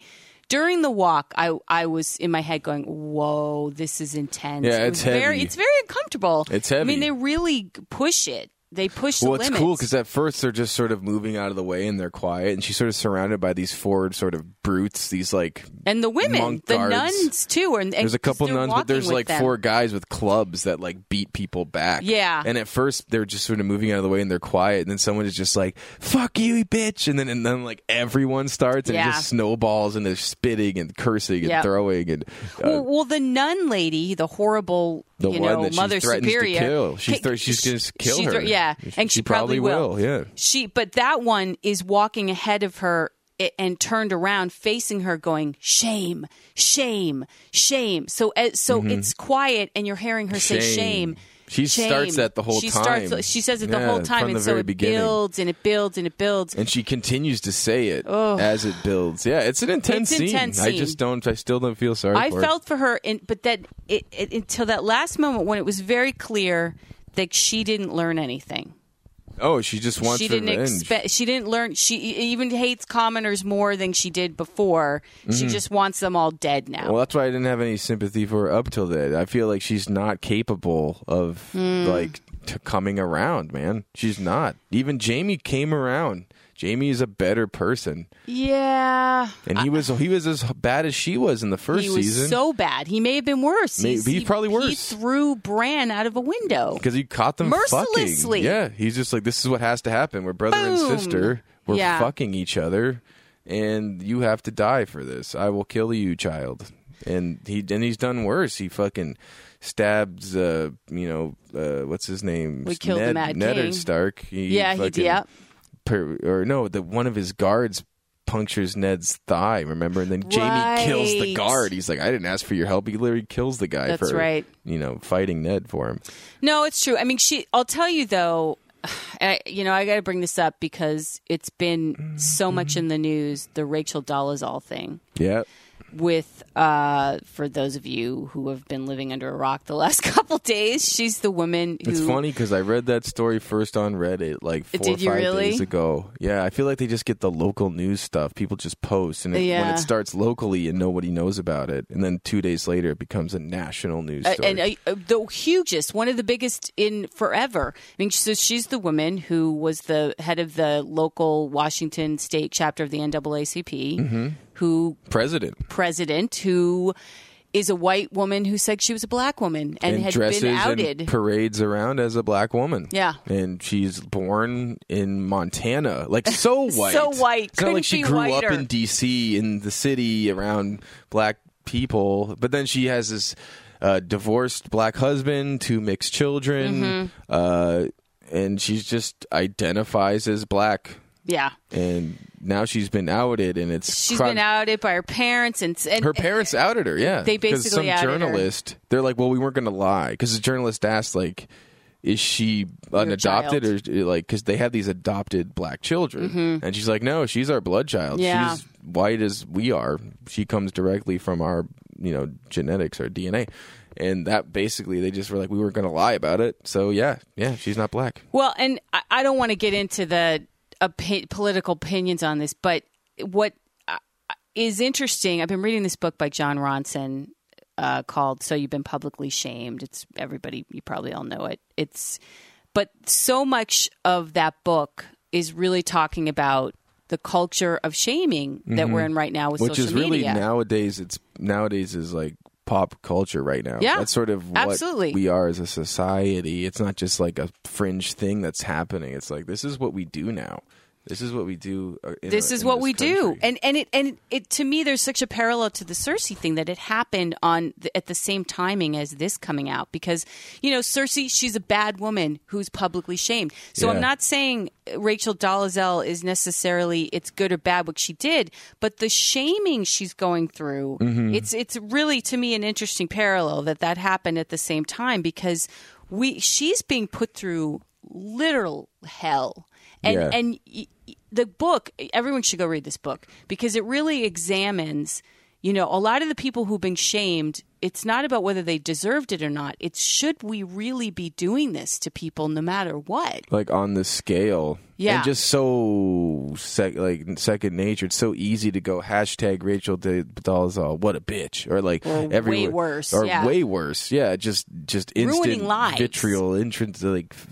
S2: During the walk, I I was in my head going, "Whoa, this is intense."
S3: Yeah,
S2: It
S3: it's
S2: was very
S3: heavy.
S2: it's very uncomfortable.
S3: It's
S2: I
S3: heavy.
S2: mean, they really push it. They push
S3: well,
S2: the
S3: it's
S2: limits.
S3: cool because at first they're just sort of moving out of the way and they're quiet, and she's sort of surrounded by these forward sort of brutes, these like
S2: and the women,
S3: monk
S2: the
S3: guards.
S2: nuns too. Are, and
S3: There's a couple
S2: they're
S3: nuns, but
S2: walking
S3: there's
S2: with
S3: like
S2: them.
S3: four guys with clubs that like beat people back.
S2: Yeah.
S3: And at first they're just sort of moving out of the way and they're quiet, and then someone is just like, "Fuck you, bitch!" And then and then like everyone starts and it
S2: Yeah.
S3: just snowballs and they're spitting and cursing and
S2: Yep.
S3: throwing and uh,
S2: Well, well, the nun lady, the horrible,
S3: the
S2: you
S3: one
S2: know,
S3: that she
S2: mother
S3: threatens
S2: superior,
S3: to kill. She's
S2: ca-
S3: thre- she's going to kill
S2: she
S3: her.
S2: thre- yeah, and she,
S3: probably, will. Yeah.
S2: She, but that one is walking ahead of her i- and turned around, facing her, going, "Shame, shame, shame." So, uh, so it's quiet, and you're hearing her say, "Shame."
S3: Mm-hmm. She
S2: shame."
S3: starts that the whole
S2: she
S3: time.
S2: Starts, she says it the
S3: Yeah,
S2: whole time,
S3: from
S2: and
S3: the
S2: so
S3: very
S2: it
S3: beginning.
S2: builds and it builds and it builds.
S3: and she continues to say it as it builds. Yeah, it's an intense,
S2: It's intense
S3: I just
S2: scene.
S3: don't. I still don't feel sorry.
S2: I
S3: for
S2: felt for her, in, but that it, it, until that last moment when it was very clear that she didn't learn anything.
S3: Her. Oh, she just wants
S2: she didn't
S3: revenge.
S2: expect. She didn't learn. She e- even hates commoners more than she did before.
S3: Mm-hmm.
S2: She just wants them all dead now.
S3: Well, that's why I didn't have any sympathy for her up till then. I feel like she's not capable of
S2: Hmm.
S3: like t- coming around, man. She's not. Even Jamie came around. Jamie is a better person,
S2: yeah,
S3: and he was he was as bad as she was in the first
S2: he was
S3: season.
S2: so bad. He may have been worse.
S3: May- he's
S2: he-
S3: probably
S2: He
S3: worse.
S2: threw Bran out of a window.
S3: because he caught them fucking.
S2: Mercilessly.
S3: Yeah, he's just like this is what has to happen. We're brother and
S2: Boom.
S3: sister. We're
S2: Yeah.
S3: fucking each other, and you have to die for this. I will kill you, child." And he and he's done worse. He fucking stabs, uh, you know, uh, what's his name?
S2: We killed the
S3: Ned,
S2: Mad
S3: Ned
S2: King.
S3: Stark. He
S2: yeah, he
S3: fucking-
S2: did. Yeah.
S3: per, or no, the one of his guards punctures Ned's thigh. Remember, and then Jamie kills the
S2: Right.
S3: guard. He's like, "I didn't ask for your help." He literally kills the guy
S2: That's
S3: for
S2: right.
S3: you know fighting Ned for him.
S2: No, it's true. I mean, she. I'll tell you though. [SIGHS] I, you know, I got to bring this up because it's been so much in the news. The Rachel Dolezal thing
S3: Yeah,
S2: with, uh, for those of you who have been living under a rock the last [LAUGHS] couple days, she's the woman who.
S3: it's funny because I read that story first on Reddit like four or
S2: Did you
S3: five
S2: really?
S3: days ago. Yeah, I feel like they just get the local news stuff. People just post, and it, when
S2: Yeah.
S3: it starts locally and nobody knows about it, and then two days later it becomes a national news
S2: Uh,
S3: story.
S2: and uh, the hugest, one of the biggest in forever. I mean, so she's the woman who was the head of the local Washington state chapter of the NAACP,
S3: Mm-hmm.
S2: who
S3: President
S2: president who is a white woman who said she was a black woman and, had
S3: dresses
S2: been outed.
S3: and parades around as a black woman.
S2: Yeah.
S3: and she's born in Montana, like so
S2: [LAUGHS]
S3: white,
S2: So white.
S3: It's not like
S2: Couldn't
S3: she
S2: be
S3: grew up
S2: whiter.
S3: in D.C. in the city around black people, but then she has this uh, divorced black husband, two mixed children,
S2: Mm-hmm.
S3: uh, and she's just identifies as black.
S2: yeah.
S3: And now she's been outed, and it's
S2: she's
S3: cro-
S2: been outed by her parents and, and
S3: her parents outed her. Yeah,
S2: They
S3: 'Cause some
S2: basically outed her.
S3: journalist. They're like, well, we weren't going to lie because the journalist asked, like, is she an adopted or like because they have these adopted black children, and she's like, no, she's our blood child.
S2: Mm-hmm. Yeah.
S3: She's white as we are. She comes directly from our you know genetics or DNA. And that basically, they just were like, we weren't going to lie about it. So yeah, yeah, she's not black.
S2: Well, and I, I don't want to get into the opi- political opinions on this, but what uh, is interesting, I've been reading this book by John Ronson uh, called "So You've Been Publicly Shamed." It's everybody, you probably all know it. It's, but so much of that book is really talking about the culture of shaming that we're in right now with
S3: Mm-hmm. which
S2: social
S3: is really
S2: media.
S3: nowadays it's nowadays is like pop culture right now
S2: Yeah,
S3: that's sort of what
S2: absolutely.
S3: we are as a society it's not just like a fringe thing that's happening it's like this is what we do now this is what we do uh, in
S2: this
S3: a-
S2: is
S3: in
S2: what we do
S3: country.
S2: and and it and it to me there's such a parallel to the cersei thing that it happened on the, at the same timing as this coming out because you know cersei she's a bad woman who's publicly shamed so
S3: Yeah.
S2: i'm not saying rachel dolezal is necessarily it's good or bad what she did but the shaming she's going through
S3: Mm-hmm.
S2: it's it's really to me an interesting parallel that that happened at the same time because we she's being put through literal hell and
S3: Yeah.
S2: and and y- y- the book everyone should go read this book because it really examines you know a lot of the people who've been shamed it's not about whether they deserved it or not it's should we really be doing this to people no matter what
S3: like on the scale
S2: Yeah.
S3: and just so sec- like second nature it's so easy to go hashtag rachel De- dolezal what a bitch or like
S2: Or
S3: every
S2: way worse,
S3: or
S2: yeah.
S3: way worse yeah just just instant
S2: Ruining lives.
S3: vitriol entrance like f-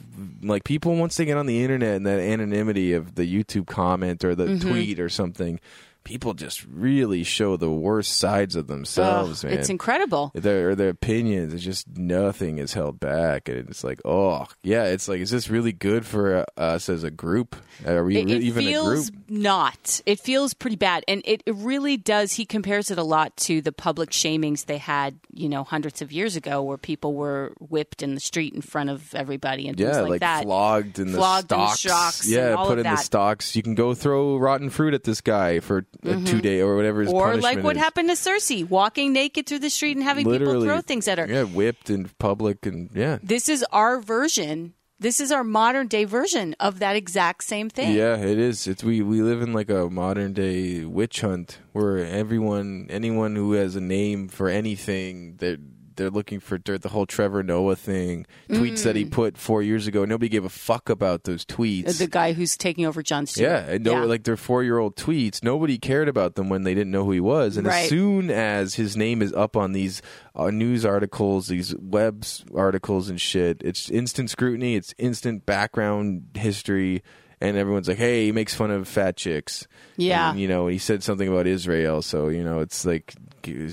S3: like people once they get on the internet and that anonymity of the youtube comment or the
S2: Mm-hmm.
S3: tweet or something people just really show the worst sides of themselves
S2: Ugh,
S3: man
S2: it's incredible
S3: their or their opinions. It's just nothing is held back, and it's like, oh yeah, it's like, is this really good for uh, us as a group? Are we
S2: it,
S3: re-
S2: it
S3: even
S2: feels
S3: a group?
S2: not. It feels pretty bad, and it, it really does. He compares it a lot to the public shamings they had, you know, hundreds of years ago, where people were whipped in the street in front of everybody and things
S3: Yeah,
S2: like,
S3: like,
S2: that.
S3: flogged in
S2: Flogged
S3: the
S2: in
S3: stocks.
S2: shocks and
S3: yeah,
S2: all
S3: put
S2: of
S3: in the
S2: that.
S3: stocks. You can go throw rotten fruit at this guy for a two day or whatever. His
S2: Mm-hmm. Or
S3: punishment
S2: like what
S3: is.
S2: happened to Cersei, walking naked through the street and having
S3: Literally
S2: people throw things at her.
S3: Yeah, whipped in public, and yeah,
S2: This is our version. This is our modern day version of that exact same thing.
S3: Yeah, it is. It's we we live in like a modern day witch hunt where everyone, anyone who has a name for anything, they're they're looking for dirt. The whole Trevor Noah thing, tweets that he put four years ago, nobody gave a fuck about those tweets.
S2: The guy who's taking over John Stewart.
S3: yeah, and no,
S2: Yeah.
S3: like their four-year-old tweets, nobody cared about them when they didn't know who he was. And as
S2: Right.
S3: soon as his name is up on these uh, news articles, these webs articles and shit, it's instant scrutiny. It's instant background history, and everyone's like, "Hey, he makes fun of fat chicks."
S2: Yeah.
S3: And, you know, he said something about Israel, so you know, it's like,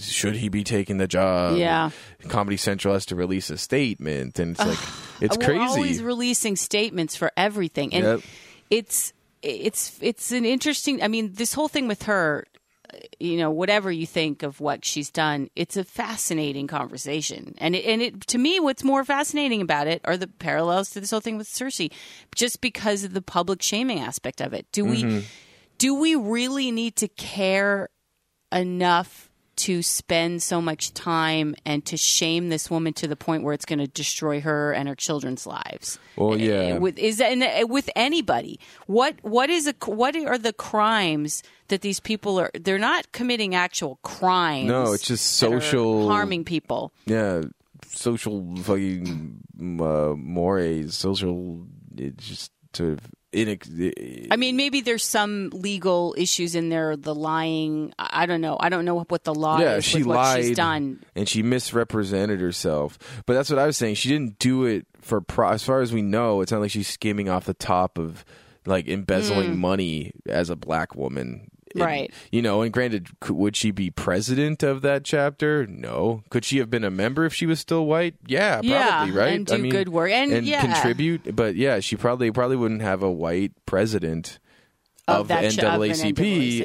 S3: should he be taking the job?
S2: Yeah.
S3: Comedy Central has to release a statement, and it's like, it's
S2: We're
S3: crazy.
S2: always releasing statements for everything, and
S3: Yep.
S2: it's it's it's an interesting. I mean, this whole thing with her, uh, you know, whatever you think of what she's done, it's a fascinating conversation. And it, and it to me, what's more fascinating about it are the parallels to this whole thing with Cersei, just because of the public shaming aspect of it. Do
S3: Mm-hmm.
S2: we do we really need to care enough? To spend so much time and to shame this woman to the point where it's going to destroy her and her children's lives
S3: Well, yeah.
S2: with is that and, uh, with anybody what what is a what are the crimes that these people are they're not committing actual crimes
S3: No, it's just
S2: that are
S3: social-
S2: harming people
S3: yeah, social fucking uh, mores, social it just to inex-
S2: i mean maybe there's some legal issues in there the lying i I don't know i don't know what the law
S3: yeah,
S2: is
S3: she
S2: with
S3: lied
S2: what she's done
S3: and she misrepresented herself. But that's what I was saying. She didn't do it for pro- as far as we know. It's not like she's skimming off the top of like embezzling money as a black woman. And,
S2: Mm. Right.
S3: You know, and granted, c- would she be president of that chapter? No. Could she have been a member if she was still white? Yeah, probably,
S2: Yeah,
S3: right?
S2: and do good work. And, yeah.
S3: contribute. But yeah, she probably probably wouldn't have a white president
S2: Of
S3: of,
S2: that
S3: the
S2: ch- of an
S3: NAACP,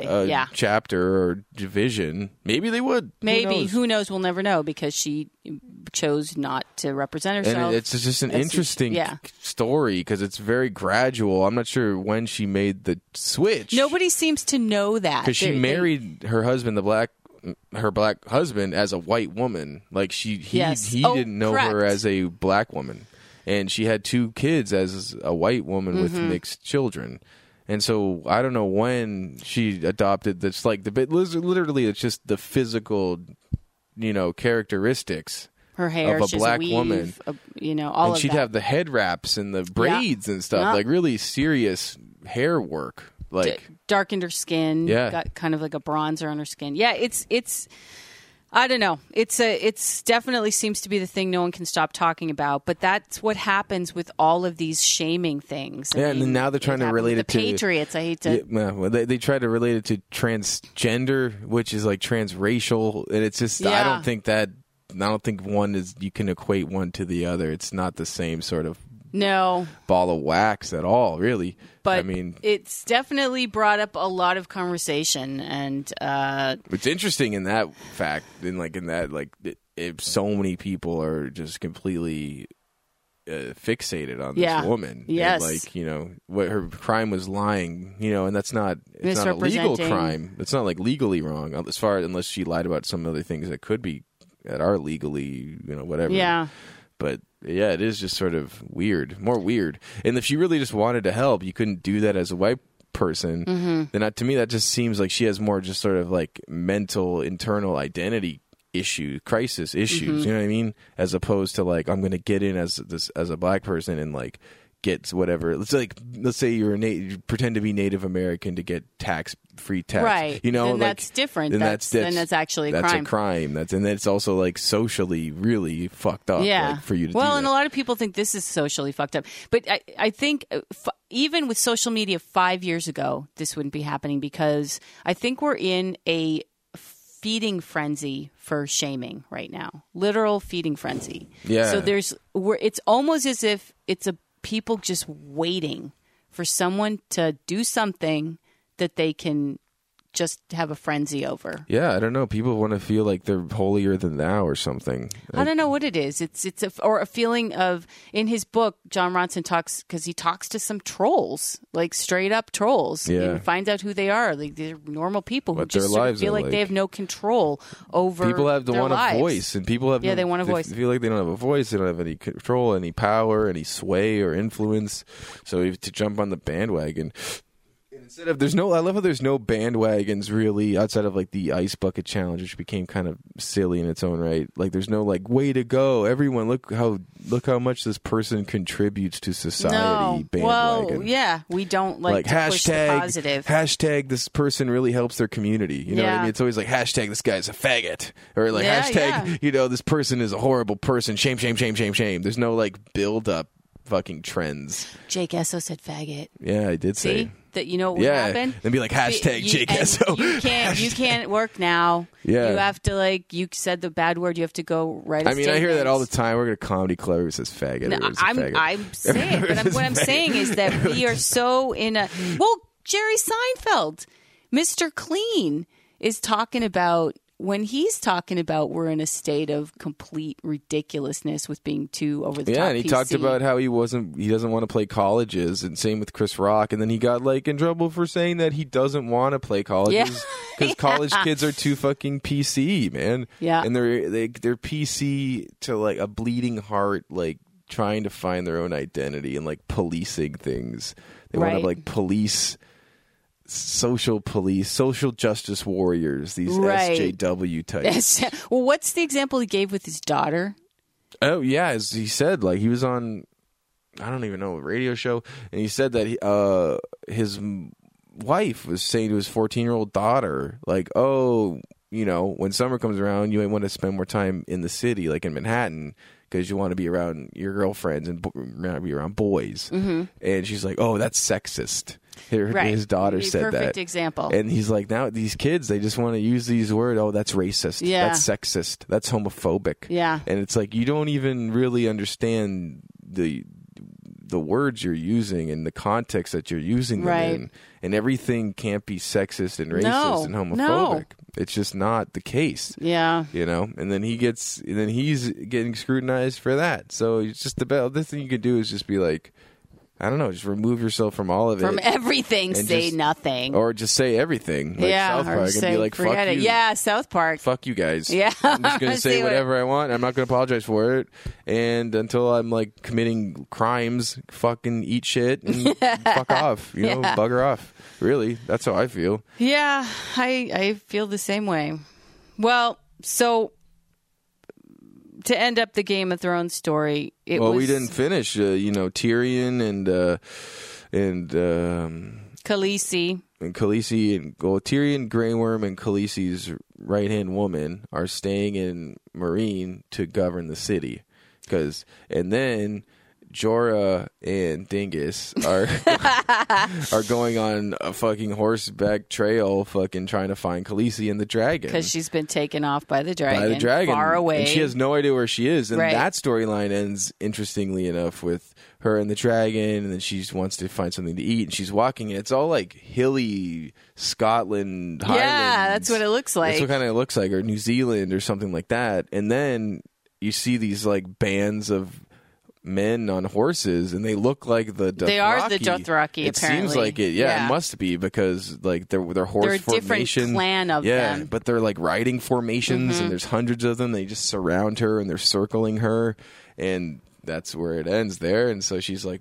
S2: NAACP,
S3: uh,
S2: yeah.
S3: chapter or division. Maybe they would. Who
S2: maybe
S3: knows?
S2: who knows we'll never know because she chose not to represent herself
S3: and it's just an
S2: That's-
S3: interesting
S2: yeah.
S3: k- story because it's very gradual. I'm not sure when she made the switch.
S2: nobody seems to know that
S3: because she
S2: They- they-
S3: married her husband, the black, her black husband, as a white woman. Like she, he,
S2: Yes.
S3: he
S2: Oh,
S3: didn't know her
S2: correct.
S3: as a black woman, and she had two kids as a white woman with
S2: Mm-hmm.
S3: mixed children. And so I don't know when she adopted this. Like the bit, literally, it's just the physical, you know, characteristics.
S2: her hair
S3: of a
S2: she has
S3: black
S2: weave,
S3: woman.
S2: a- you know all
S3: and
S2: of
S3: she'd
S2: that
S3: have the head wraps and the braids and stuff
S2: Yeah.
S3: like really serious hair work like
S2: darkened her skin.
S3: Yeah.
S2: got kind of like a bronzer on her skin. Yeah, it's it's. I don't know. It's a. It's definitely seems to be the thing no one can stop talking about. But that's what happens with all of these shaming things. I
S3: Yeah, and then
S2: mean,
S3: now they're trying to
S2: happened with
S3: relate
S2: the
S3: it to-
S2: patriots. I hate to.
S3: yeah, well, they, they try to relate it to transgender which is like transracial and it's just i
S2: Yeah.
S3: don't think that i don't think one is you can equate one to the other it's not the same sort of
S2: No,
S3: ball of wax at all really
S2: but
S3: i mean
S2: it's definitely brought up a lot of conversation, and uh,
S3: it's interesting in that fact in like in that like it, if so many people are just completely uh, fixated on this
S2: Yeah.
S3: woman and,
S2: Yes.
S3: like you know what her crime was lying you know and that's not it's not a legal
S2: Misrepresenting.
S3: crime it's not like legally wrong as far unless she lied about some other things that could be that are legally you know whatever
S2: yeah,
S3: but yeah, it is just sort of weird, more weird. And if she really just wanted to help, you couldn't do that as a white person.
S2: Mm-hmm.
S3: Then that, to me, that just seems like she has more just sort of like mental internal identity issue crisis issues.
S2: Mm-hmm.
S3: You know what I mean? As opposed to like I'm going to get in as this as a black person and like get whatever. Let's like let's say you're a na- you pretend to be Native American to get tax free tax.
S2: right.
S3: You know,
S2: then
S3: like,
S2: that's different.
S3: then
S2: that's, then that's actually a
S3: that's
S2: crime.
S3: a crime. That's and that's also like socially really fucked up.
S2: Yeah,
S3: like, for you to
S2: well,
S3: do
S2: and
S3: that.
S2: a lot of people think this is socially fucked up, but I, I think uh, f- even with social media five years ago, this wouldn't be happening because I think we're in a feeding frenzy for shaming right now, literal feeding frenzy.
S3: Yeah.
S2: So there's we're it's almost as if it's a people just waiting for someone to do something that they can just have a frenzy over.
S3: Yeah, I don't know. People want to feel like they're holier than thou or something.
S2: I don't know what it is. It's it's a, or a feeling of in his book, John Ronson talks because he talks to some trolls, like straight up trolls,
S3: Yeah.
S2: and finds out who they are. Like they're normal people who
S3: What
S2: just
S3: their
S2: sort of
S3: lives
S2: feel
S3: are
S2: like, they
S3: like.
S2: have no control over.
S3: People have to
S2: their
S3: want
S2: lives.
S3: a voice, and people have
S2: Yeah,
S3: no-
S2: they want a voice.
S3: feel like they don't have a voice. They don't have any control, any power, any sway or influence. So we have to jump on the bandwagon. And Instead of there's no, I love how there's no bandwagons really outside of like the ice bucket challenge, which became kind of silly in its own right. Like there's no like way to go, everyone look how look how much this person contributes to society.
S2: No,
S3: bandwagon.
S2: whoa, yeah, we don't
S3: like,
S2: like, to push the
S3: hashtag
S2: positive.
S3: hashtag this person really helps their community. You know what
S2: Yeah.
S3: I mean? It's always like hashtag this guy's a faggot or like
S2: Yeah,
S3: hashtag
S2: yeah.
S3: you know this person is a horrible person. Shame, shame, shame, shame, shame. There's no like build up fucking trends.
S2: Jake Esso said faggot.
S3: Yeah, I did
S2: See
S3: say.
S2: that you know what would
S3: Yeah,
S2: happen.
S3: and be like hashtag
S2: you,
S3: Jake
S2: and
S3: Esso.
S2: You can't. You can't work now.
S3: Yeah.
S2: You have to like. You said the bad word. You have to go right.
S3: [LAUGHS] I mean, I hear that all the time. We're at a comedy club. It says faggot. [LAUGHS]
S2: No,
S3: Everyone's a
S2: I'm
S3: faggot. [LAUGHS]
S2: I'm saying, but I'm, what I'm saying is that we are so in a well. Jerry Seinfeld, Mr. Clean, is talking about when he's talking about we're in a state of complete ridiculousness with being too over the top.
S3: Yeah, and he talked
S2: PC. [LAUGHS]
S3: about how he wasn't he doesn't want to play colleges and same with Chris Rock and then he got like in trouble for saying that he doesn't want to play colleges
S2: [LAUGHS]
S3: cuz college kids are too fucking PC, man.
S2: Yeah.
S3: And they're they, they're PC to like a bleeding heart like trying to find their own identity and like policing things. They want
S2: Right.
S3: to like police social police, social justice warriors, these
S2: Right.
S3: SJW types.
S2: well, what's the example he gave with his daughter?
S3: Oh yeah, as he said, like he was on, I don't even know a radio show, and he said that he, uh, his m- wife was saying to his fourteen year old daughter, like, "Oh, you know, when summer comes around, you might want to spend more time in the city, like in Manhattan, because you want to be around your girlfriends and bo- not be around boys." Mm-hmm. And she's like, "Oh, that's sexist." Her,
S2: Right.
S3: His daughter
S2: A
S3: said
S2: perfect
S3: that.
S2: example.
S3: And he's like, now these kids, they just want to use these words. Oh, that's racist.
S2: Yeah.
S3: That's sexist. That's homophobic.
S2: Yeah.
S3: And it's like you don't even really understand the the words you're using and the context that you're using them
S2: Right.
S3: in. And everything can't be sexist and racist
S2: No.
S3: and
S2: No.
S3: homophobic. It's just not the case.
S2: Yeah.
S3: You know, and then he gets, and then he's getting scrutinized for that. So it's just about this thing you could do is just be like, I don't know, just remove yourself from all of
S2: From e-
S3: it,
S2: everything,
S3: and
S2: say
S3: just-
S2: nothing.
S3: or just say everything. Like
S2: yeah,
S3: South
S2: or
S3: Park, and
S2: say,
S3: be like, fuck
S2: forget
S3: you
S2: it. Yeah, South Park.
S3: fuck you guys.
S2: Yeah.
S3: I'm
S2: [LAUGHS]
S3: just going
S2: I
S3: to say
S2: see what-
S3: whatever I want. I'm not going to apologize for it. And until I'm like committing crimes, fucking eat shit and
S2: [LAUGHS]
S3: fuck off, you know, bugger off. Really, that's how I feel.
S2: Yeah, I I feel the same way. Well, so to end up the Game of Thrones story, it
S3: well,
S2: was
S3: we didn't finish, uh, you know, Tyrion and, uh, and, um,
S2: Khaleesi.
S3: and Khaleesi and well, Tyrion Grey Worm and Khaleesi's right hand woman are staying in Marine to govern the city, because and then Jorah and Dingus are [LAUGHS] are going on a fucking horseback trail, fucking trying to find Khaleesi and the dragon
S2: Because she's been taken off by the dragon,
S3: Mm. by the dragon
S2: far away.
S3: and she has no idea where she is and
S2: Right.
S3: that storyline ends interestingly enough with her and the dragon and then she just wants to find something to eat and she's walking and it's all like hilly scotland
S2: yeah, that's
S3: Highlands.
S2: what it looks like.
S3: that's what kind of looks like or new zealand or something like that and then you see these like bands of men on horses and they look like the Dothraki.
S2: They are the Dothraki,
S3: it seems
S2: apparently.
S3: like it yeah,
S2: Yeah.
S3: it must be because like they're, they're horse
S2: They're a different
S3: formation
S2: clan of
S3: yeah
S2: them. Mm-hmm.
S3: but they're like riding formations and there's hundreds of them they just surround her and they're circling her and that's where it ends there and so she's like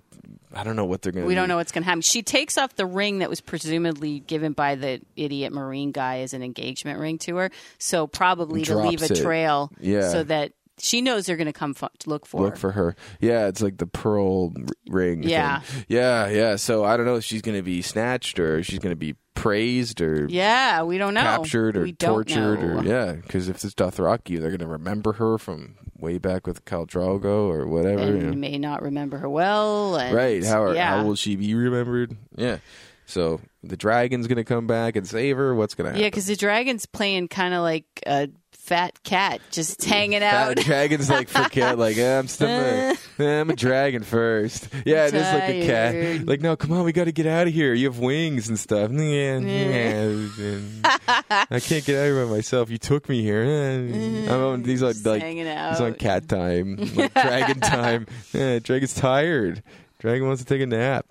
S3: i don't know what they're gonna
S2: we don't
S3: do.
S2: know what's going to happen. She takes off the ring that was presumably given by the idiot marine guy as an engagement ring to her, so probably to
S3: Drops
S2: leave a
S3: it.
S2: trail,
S3: Yeah.
S2: so that she knows they're going to come f- look for
S3: look
S2: her.
S3: for her. Yeah, it's like the pearl r- ring.
S2: Yeah.
S3: thing. yeah, yeah. So I don't know if she's gonna be snatched or she's gonna be praised or
S2: Yeah, we don't know.
S3: captured or
S2: We don't
S3: tortured
S2: know.
S3: or yeah. Because if it's Dothraki, they're gonna remember her from way back with Khal Drogo or whatever.
S2: and
S3: you know.
S2: may not remember her well. And,
S3: Oh, Right? How are,
S2: yeah.
S3: how will she be remembered? Yeah. So the dragon's gonna come back and save her. What's gonna happen?
S2: Yeah, because the dragon's playing kind of like a fat cat,
S3: [LAUGHS]
S2: just hanging
S3: That
S2: out.
S3: dragon's like forget like eh, I'm still
S2: [LAUGHS]
S3: a, eh, I'm a dragon first. Yeah, it is like a cat.
S2: Tired.
S3: Like no, come on, we got to get out of here. You have wings and stuff. Yeah, yeah. I can't get out of here by myself. You took me here. Eh. I'm on these like,
S2: Mm-hmm. Just
S3: like
S2: hanging
S3: he's on
S2: out.
S3: cat
S2: [LAUGHS]
S3: time, like dragon time. Yeah, dragon's tired. Dragon wants to take a nap.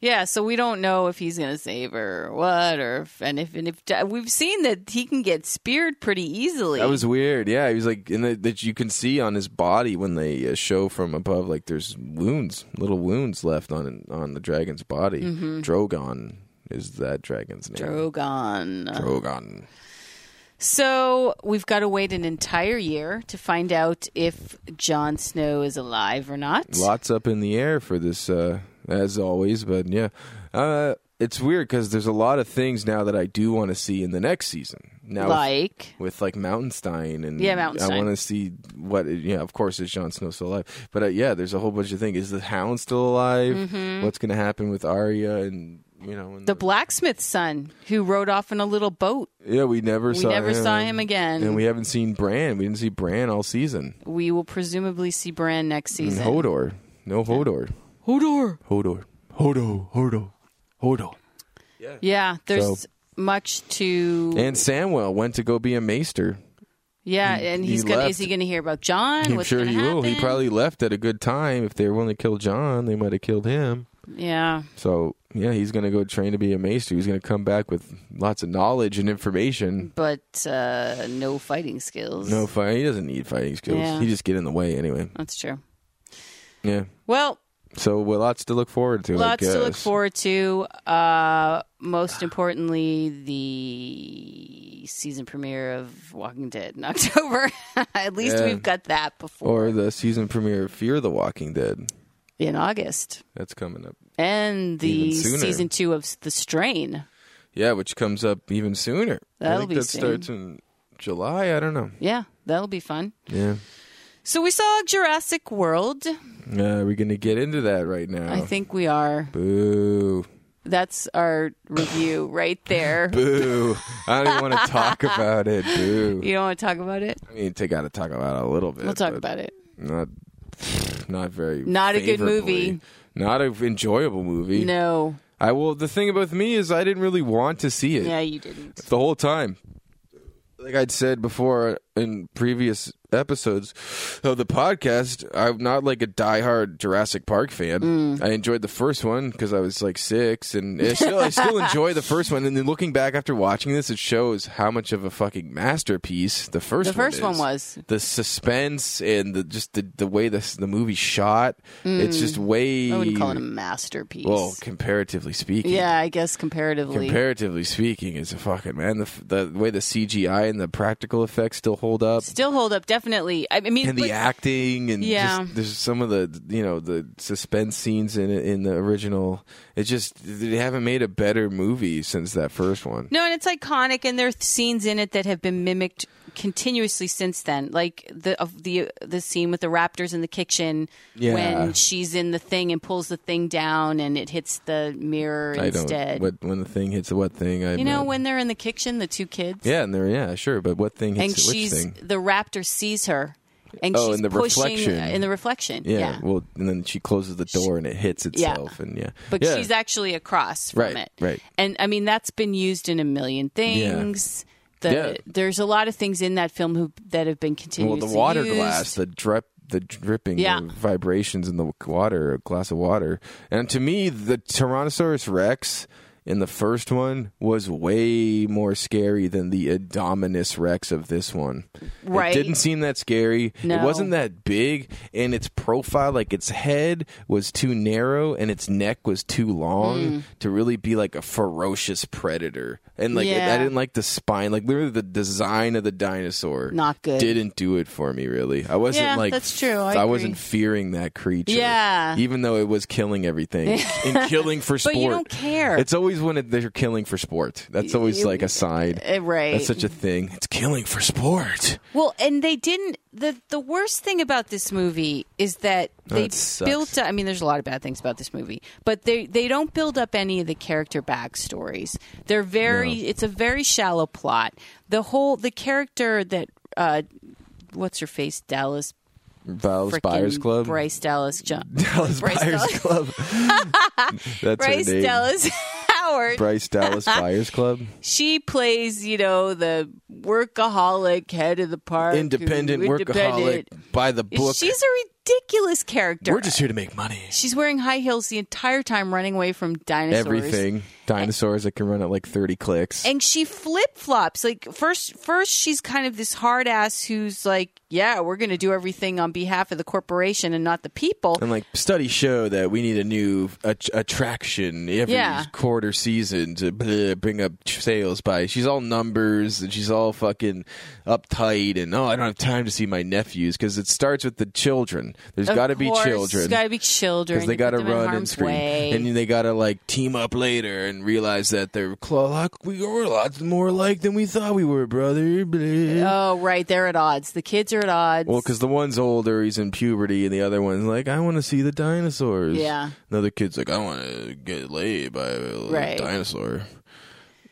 S2: Yeah, so we don't know if he's gonna save her or what, or if, and if and if uh, we've seen that he can get speared pretty easily.
S3: That was weird. Yeah, he was like, and the, that you can see on his body when they uh, show from above, like there's wounds, little wounds left on on the dragon's body. Drogon is that dragon's name.
S2: Drogon.
S3: Drogon.
S2: So we've got to wait an entire year to find out if Jon Snow is alive or not.
S3: Lots up in the air for this, uh, as always. But yeah, uh, it's weird because there's a lot of things now that I do want to see in the next season. Now, with-
S2: Like,
S3: with like Mountainstein and
S2: Yeah, Mountainstein.
S3: I want to see what. Yeah, of course, is Jon Snow still alive? But uh, yeah, there's a whole bunch of things. Is the Hound still alive? What's going to happen with Arya and you know? And
S2: Mm-hmm. the blacksmith's son who rode off in a little boat.
S3: yeah, we never
S2: We
S3: saw
S2: never
S3: him.
S2: saw him again.
S3: and we haven't seen Bran. We didn't see Bran all season.
S2: we will presumably see Bran next
S3: And
S2: season.
S3: Hodor, no Hodor,
S2: Hodor.
S3: Hodor, Hodor, Hodor, Hodor. Yeah.
S2: Yeah, there's
S3: So-
S2: much to.
S3: And Samwell went to go be a maester.
S2: yeah, and
S3: he
S2: he's gonna.
S3: left.
S2: Is he gonna hear about John?
S3: I'm
S2: What's
S3: sure
S2: gonna
S3: he will. He
S2: happen?
S3: probably left at a good time. If they were willing to kill John, they might have killed him.
S2: Yeah.
S3: So yeah, he's going to go train to be a maester. He's going to come back with lots of knowledge and information.
S2: but uh, no fighting skills.
S3: No fight. He doesn't need fighting skills.
S2: Yeah.
S3: He just get in the way anyway.
S2: that's true.
S3: Yeah.
S2: Well,
S3: So well, lots to look forward to. I
S2: lots to look
S3: guess.
S2: forward to. Uh, most importantly, the season premiere of Walking Dead in [LAUGHS] October. At least
S3: Yeah.
S2: we've got that before
S3: Or the season premiere of Fear the Walking Dead.
S2: in August,
S3: That's coming up.
S2: and the
S3: Even sooner.
S2: season two of The Strain.
S3: Yeah, which comes up even sooner. I
S2: That'll
S3: think
S2: be
S3: that
S2: soon.
S3: starts in July. I don't know.
S2: Yeah, that'll be fun.
S3: Yeah.
S2: So we saw Jurassic World.
S3: Uh, we're going to get into that right now.
S2: I think we are.
S3: Boo.
S2: That's our review right
S3: [LAUGHS]
S2: there.
S3: Boo. I don't even want to talk about it. Boo.
S2: You don't want to talk about it?
S3: I mean, take out to talk about it a little bit.
S2: We'll talk
S3: but
S2: about it.
S3: Not, not very.
S2: Not a good
S3: favorably.
S2: movie.
S3: Not an enjoyable movie.
S2: No.
S3: I well, the thing about me is I didn't really want to see it.
S2: Yeah, you didn't.
S3: the whole time. Like I'd said before in previous episodes of the podcast, I'm not like a diehard Jurassic Park fan.
S2: Mm.
S3: I enjoyed the first one because I was like six, and I still, I
S2: [LAUGHS]
S3: still enjoy the first one. And then looking back after watching this, it shows how much of a fucking masterpiece the first
S2: The first one
S3: is.
S2: was.
S3: the suspense and the just the, the way this the movie shot. It's just way
S2: Mm. I wouldn't call it a masterpiece.
S3: E- well, comparatively speaking,
S2: yeah, I guess comparatively.
S3: comparatively speaking, is a fucking man. The, f- the way the CGI and the practical effects still hold up,
S2: Still hold up, definitely. I I mean,
S3: and the
S2: but-
S3: acting, and
S2: Yeah.
S3: just, there's some of the you know the suspense scenes in it- in the original. It just they haven't made a better movie since that first one.
S2: no, and it's iconic, and there are scenes in it that have been mimicked continuously since then, like the of the the scene with the raptors in the kitchen
S3: Yeah.
S2: when she's in the thing and pulls the thing down, and it hits the mirror
S3: I don't.
S2: instead.
S3: What when the thing hits the what thing? I
S2: you know, when they're in the kitchen, the two kids,
S3: yeah, and they're yeah, sure, but what thing
S2: and
S3: hits which
S2: she's
S3: thing?
S2: the raptor sees her, and
S3: Oh,
S2: she's
S3: in the
S2: pushing
S3: reflection.
S2: in the reflection.
S3: Yeah, well, and then she closes the door and it hits itself, and yeah,
S2: but
S3: yeah.
S2: she's actually across from
S3: Right,
S2: it.
S3: right.
S2: And I mean, that's been used in a million things. The,
S3: Yeah.
S2: There's a lot of things in that film who, that have been
S3: Well,
S2: continuously
S3: the water
S2: used.
S3: glass, the drip, the dripping
S2: Yeah.
S3: the vibrations in the water, a glass of water. And to me, the Tyrannosaurus Rex in the first one was way more scary than the Indominus Rex of this one.
S2: Right.
S3: It didn't seem that scary. It
S2: No.
S3: wasn't that big, and its profile, like its head, was too narrow and its neck was too long
S2: Hmm.
S3: to really be like a ferocious predator. And like,
S2: Yeah.
S3: I didn't like the spine. Like, literally, the design of the dinosaur
S2: Not good.
S3: didn't do it for me really. I wasn't
S2: Yeah,
S3: like
S2: that's true.
S3: I,
S2: I agree.
S3: wasn't fearing that creature.
S2: Yeah.
S3: Even though it was killing
S2: [LAUGHS]
S3: everything and killing for sport.
S2: But you don't care.
S3: It's always when it, they're killing for sport. That's always
S2: You-
S3: like a sign.
S2: Eh, right.
S3: That's such a thing. It's killing for sport.
S2: well, and they didn't. the The worst thing about this movie is that they
S3: it sucks.
S2: built. up- I mean, there's a lot of bad things about this movie, but they they don't build up any of the character backstories. They're very. It's a very shallow plot. The whole the character that uh, what's her face Dallas
S3: Dallas
S2: frickin'
S3: Buyers Club.
S2: Bryce Dallas John.
S3: [LAUGHS] Dallas
S2: Bryce
S3: Buyers
S2: Dallas. [LAUGHS]
S3: Club. That's
S2: Bryce
S3: her name.
S2: Dallas [LAUGHS] Howard.
S3: Bryce
S2: [LAUGHS]
S3: Dallas Buyers Club.
S2: She plays, you know, the workaholic head of the park,
S3: Independent
S2: who-
S3: workaholic
S2: independent.
S3: by the book.
S2: She's a ridiculous character.
S3: We're just here to make money.
S2: She's wearing high heels the entire time, running away from dinosaurs.
S3: Everything. Dinosaurs that can run at like 30 clicks.
S2: And she flip flops. Like first, first she's kind of this hard ass who's like, "Yeah, we're going to do everything on behalf of the corporation and not the people."
S3: And like studies show that we need a new att- attraction every
S2: Yeah.
S3: quarter season to blah, bring up sales by. She's all numbers and she's all fucking uptight and oh, I don't have time to see my nephews because it starts with the children. There's got to be children
S2: Got to be children.
S3: because they
S2: You
S3: got
S2: put
S3: to
S2: them in
S3: run and
S2: harm's
S3: scream,
S2: way.
S3: and they got to like team up later and realize that they're cl- like, we are lots more alike than we thought we were, brother. Blah.
S2: Oh, right. They're at odds. The kids are at odds.
S3: Well, because the one's older, he's in puberty, and the other one's like, I want to see the dinosaurs.
S2: Yeah.
S3: Another kid's like, I want to get laid by a little
S2: Right.
S3: dinosaur.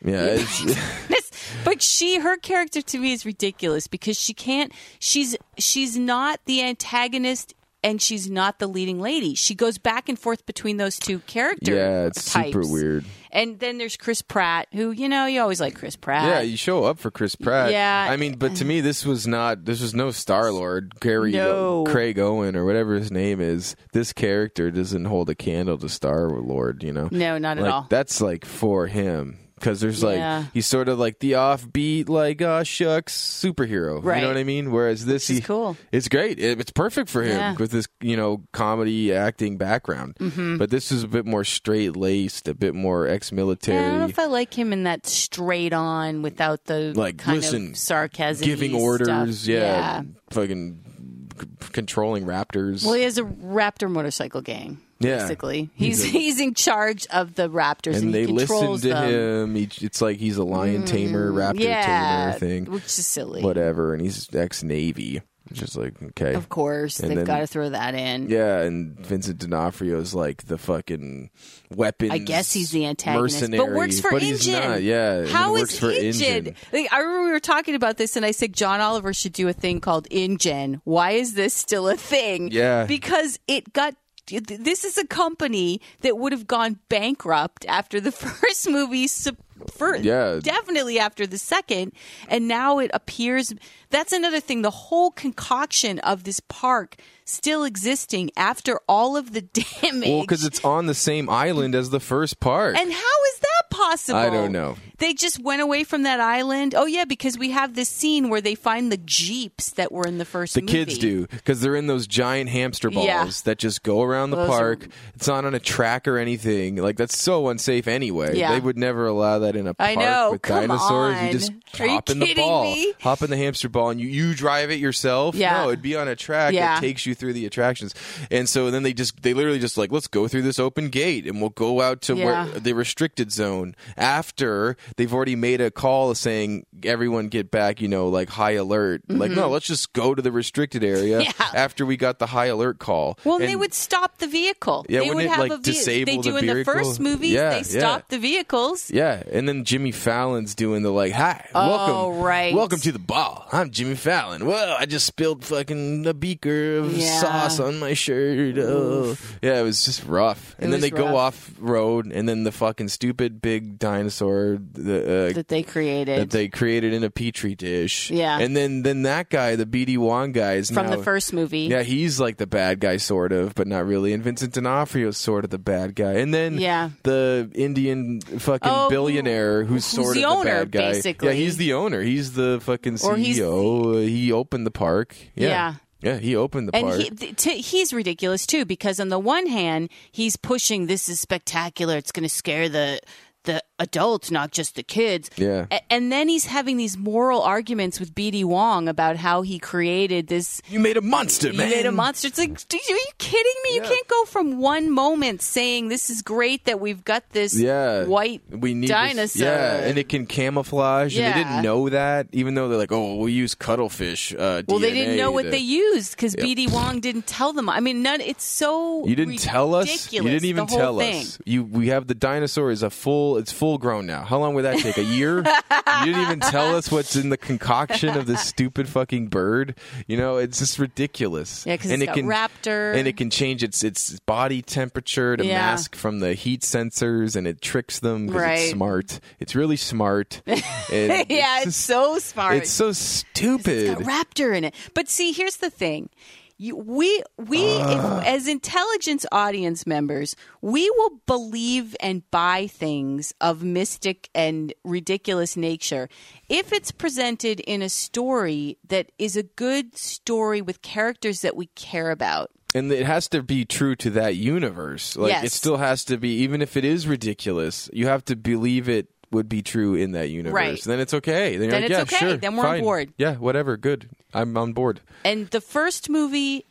S3: Yeah. [LAUGHS] It's,
S2: This- but she, her character to me is ridiculous because she can't. She's she's not the antagonist and she's not the leading lady. She goes back and forth between those two characters.
S3: Yeah, it's super weird.
S2: And then there's Chris Pratt, who you know you always like Chris Pratt.
S3: Yeah, you show up for Chris Pratt.
S2: Yeah.
S3: I mean, but to me, this was not. This was no Star Lord, Gary,
S2: No.
S3: Craig Owen, or whatever his name is. This character doesn't hold a candle to Star Lord. You know,
S2: No, not at
S3: Like,
S2: all.
S3: That's like for him because there's like
S2: Yeah.
S3: he's sort of like the offbeat, like uh shucks superhero. You
S2: Right.
S3: know what I mean? Whereas this
S2: is
S3: he-
S2: cool.
S3: It's great. It, it's perfect for him
S2: Yeah.
S3: with this you know comedy acting background.
S2: Mm-hmm.
S3: But this is a bit more straight laced, a bit more ex-military.
S2: I don't know if I like him in that straight on without the
S3: Like,
S2: kind
S3: listen,
S2: of sarcasm,
S3: giving orders, yeah, fucking c- controlling raptors.
S2: Well, he has a Raptor motorcycle gang.
S3: Yeah.
S2: basically, he's [LAUGHS] he's in charge of the Raptors, and,
S3: and they
S2: he
S3: listen
S2: controls
S3: to
S2: them. Mm,
S3: him. He, it's like he's a lion tamer, raptor
S2: yeah,
S3: tamer thing,
S2: which is silly.
S3: whatever. And he's ex Navy, just like okay,
S2: Of course,
S3: And
S2: they've
S3: then-
S2: got to throw that in.
S3: yeah. And Vincent D'Onofrio is like the fucking weapon.
S2: I guess he's the antagonist,
S3: mercenary,
S2: but works for
S3: but
S2: Engine.
S3: he's not. Yeah, and
S2: how
S3: it
S2: is
S3: works for
S2: Ingen? Like, I remember we were talking about this, and I said John Oliver should do a thing called Ingen. Why is this still a thing?
S3: Yeah.
S2: because it got. This is a company that would have gone bankrupt after the [LAUGHS] first movie. Su- fir-
S3: Yeah.
S2: definitely after the second, and now it appears. That's another thing. The whole concoction of this park still existing after all of the [LAUGHS] damage.
S3: Well, because it's on the same island as the first part.
S2: And how is that possible?
S3: I don't know.
S2: They just went away from that island. Oh yeah, because we have this scene where they find the jeeps that were in the first.
S3: The
S2: movie.
S3: kids do because they're in those giant hamster balls
S2: Yeah.
S3: that just go around the
S2: Those are-
S3: park. It's not on a track or anything. Like that's so unsafe anyway.
S2: Yeah.
S3: They would never allow that in a park
S2: I know.
S3: with
S2: Come
S3: dinosaurs.
S2: on.
S3: You just
S2: Are you
S3: hop in the
S2: kidding
S3: ball,
S2: me?
S3: hop in the hamster ball, and you you drive it yourself.
S2: Yeah.
S3: No, it'd be on a track
S2: Yeah.
S3: that takes you through the attractions. And so then they just they literally just like let's go through this open gate and we'll go out to
S2: Yeah.
S3: where the restricted zone after they've already made a call saying everyone get back. You know, like high alert. Like no, let's just go to the restricted area
S2: Mm-hmm. [LAUGHS] Yeah.
S3: after we got the high alert call.
S2: Well,
S3: and
S2: they would stop the vehicle.
S3: Yeah,
S2: they would
S3: wouldn't it,
S2: have
S3: like,
S2: a vehicle.
S3: disable
S2: They
S3: the
S2: do in the
S3: vehicle?
S2: first movie.
S3: Yeah,
S2: they
S3: yeah.
S2: stop the vehicles.
S3: Yeah, and then Jimmy Fallon's doing the like, "Hi, welcome,
S2: Oh, right.
S3: welcome to the ball. I'm Jimmy Fallon. Whoa, I just spilled fucking a beaker of
S2: Yeah.
S3: sauce on my shirt. Oh, yeah, it was just rough. And
S2: It
S3: then
S2: was
S3: they go
S2: rough.
S3: off road, and then the fucking stupid big dinosaur, the uh,
S2: That they created
S3: that they created in a petri dish.
S2: Yeah.
S3: and then then that guy, the BD Wong guy, is
S2: from
S3: now-
S2: the first movie.
S3: Yeah, he's like the bad guy, sort of, but not really. And Vincent D'Onofrio's sort of the bad guy. And then
S2: Yeah.
S3: the Indian fucking
S2: Oh,
S3: billionaire who's,
S2: who's
S3: sort
S2: the
S3: of
S2: owner,
S3: the bad guy.
S2: basically.
S3: Yeah, he's the owner. He's the fucking
S2: Or he's-
S3: CEO. Uh, he opened the park. Yeah.
S2: Yeah.
S3: yeah. he opened the
S2: And
S3: park.
S2: he, th- t- he's ridiculous too, because on the one hand, he's pushing this is spectacular. It's going to scare the the adults, not just the kids.
S3: Yeah.
S2: A- and then he's having these moral arguments with BD Wong about how he created this.
S3: you made a monster,
S2: You
S3: man.
S2: made a monster. It's like, dude, are you kidding me? You
S3: Yeah.
S2: can't go from one moment saying this is great that we've got this
S3: Yeah,
S2: white
S3: we need this-
S2: dinosaur.
S3: yeah, and it can camouflage. And they
S2: Yeah.
S3: didn't know that, even though they're like, "Oh, we'll use cuttlefish." Uh,
S2: well, they didn't
S3: DNA
S2: know what
S3: to-
S2: they used because BD Wong didn't tell them. I mean, none. It's so
S3: You didn't tell us. You
S2: ridiculous,
S3: didn't even
S2: the whole
S3: tell
S2: thing. [LAUGHS]
S3: us. You we have the dinosaur is a full. It's full grown now. How long would that take? A year? you didn't even tell us what's in the concoction of this stupid fucking bird. You know, it's just ridiculous.
S2: Yeah, 'cause
S3: And
S2: it's got raptor.
S3: and it can change its its body temperature to
S2: Yeah.
S3: mask from the heat sensors, and it tricks them because
S2: Right.
S3: it's smart. It's really
S2: [LAUGHS]
S3: smart. And
S2: yeah, it's,
S3: just-
S2: so smart.
S3: It's so stupid.
S2: got raptor in it. But see, here's the thing. You, we we
S3: Ah.
S2: if, as intelligence audience members, we will believe and buy things of mystic and ridiculous nature if it's presented in a story that is a good story with characters that we care about.
S3: and it has to be true to that universe. Like
S2: Yes.
S3: it still has to be, even if it is ridiculous, you have to believe it would be true in that universe.
S2: Right.
S3: Then it's okay. Then, you're
S2: Then
S3: like,
S2: it's
S3: yeah,
S2: okay.
S3: Sure,
S2: Then we're on
S3: fine.
S2: board.
S3: Yeah, whatever. Good. I'm on board.
S2: And the first movie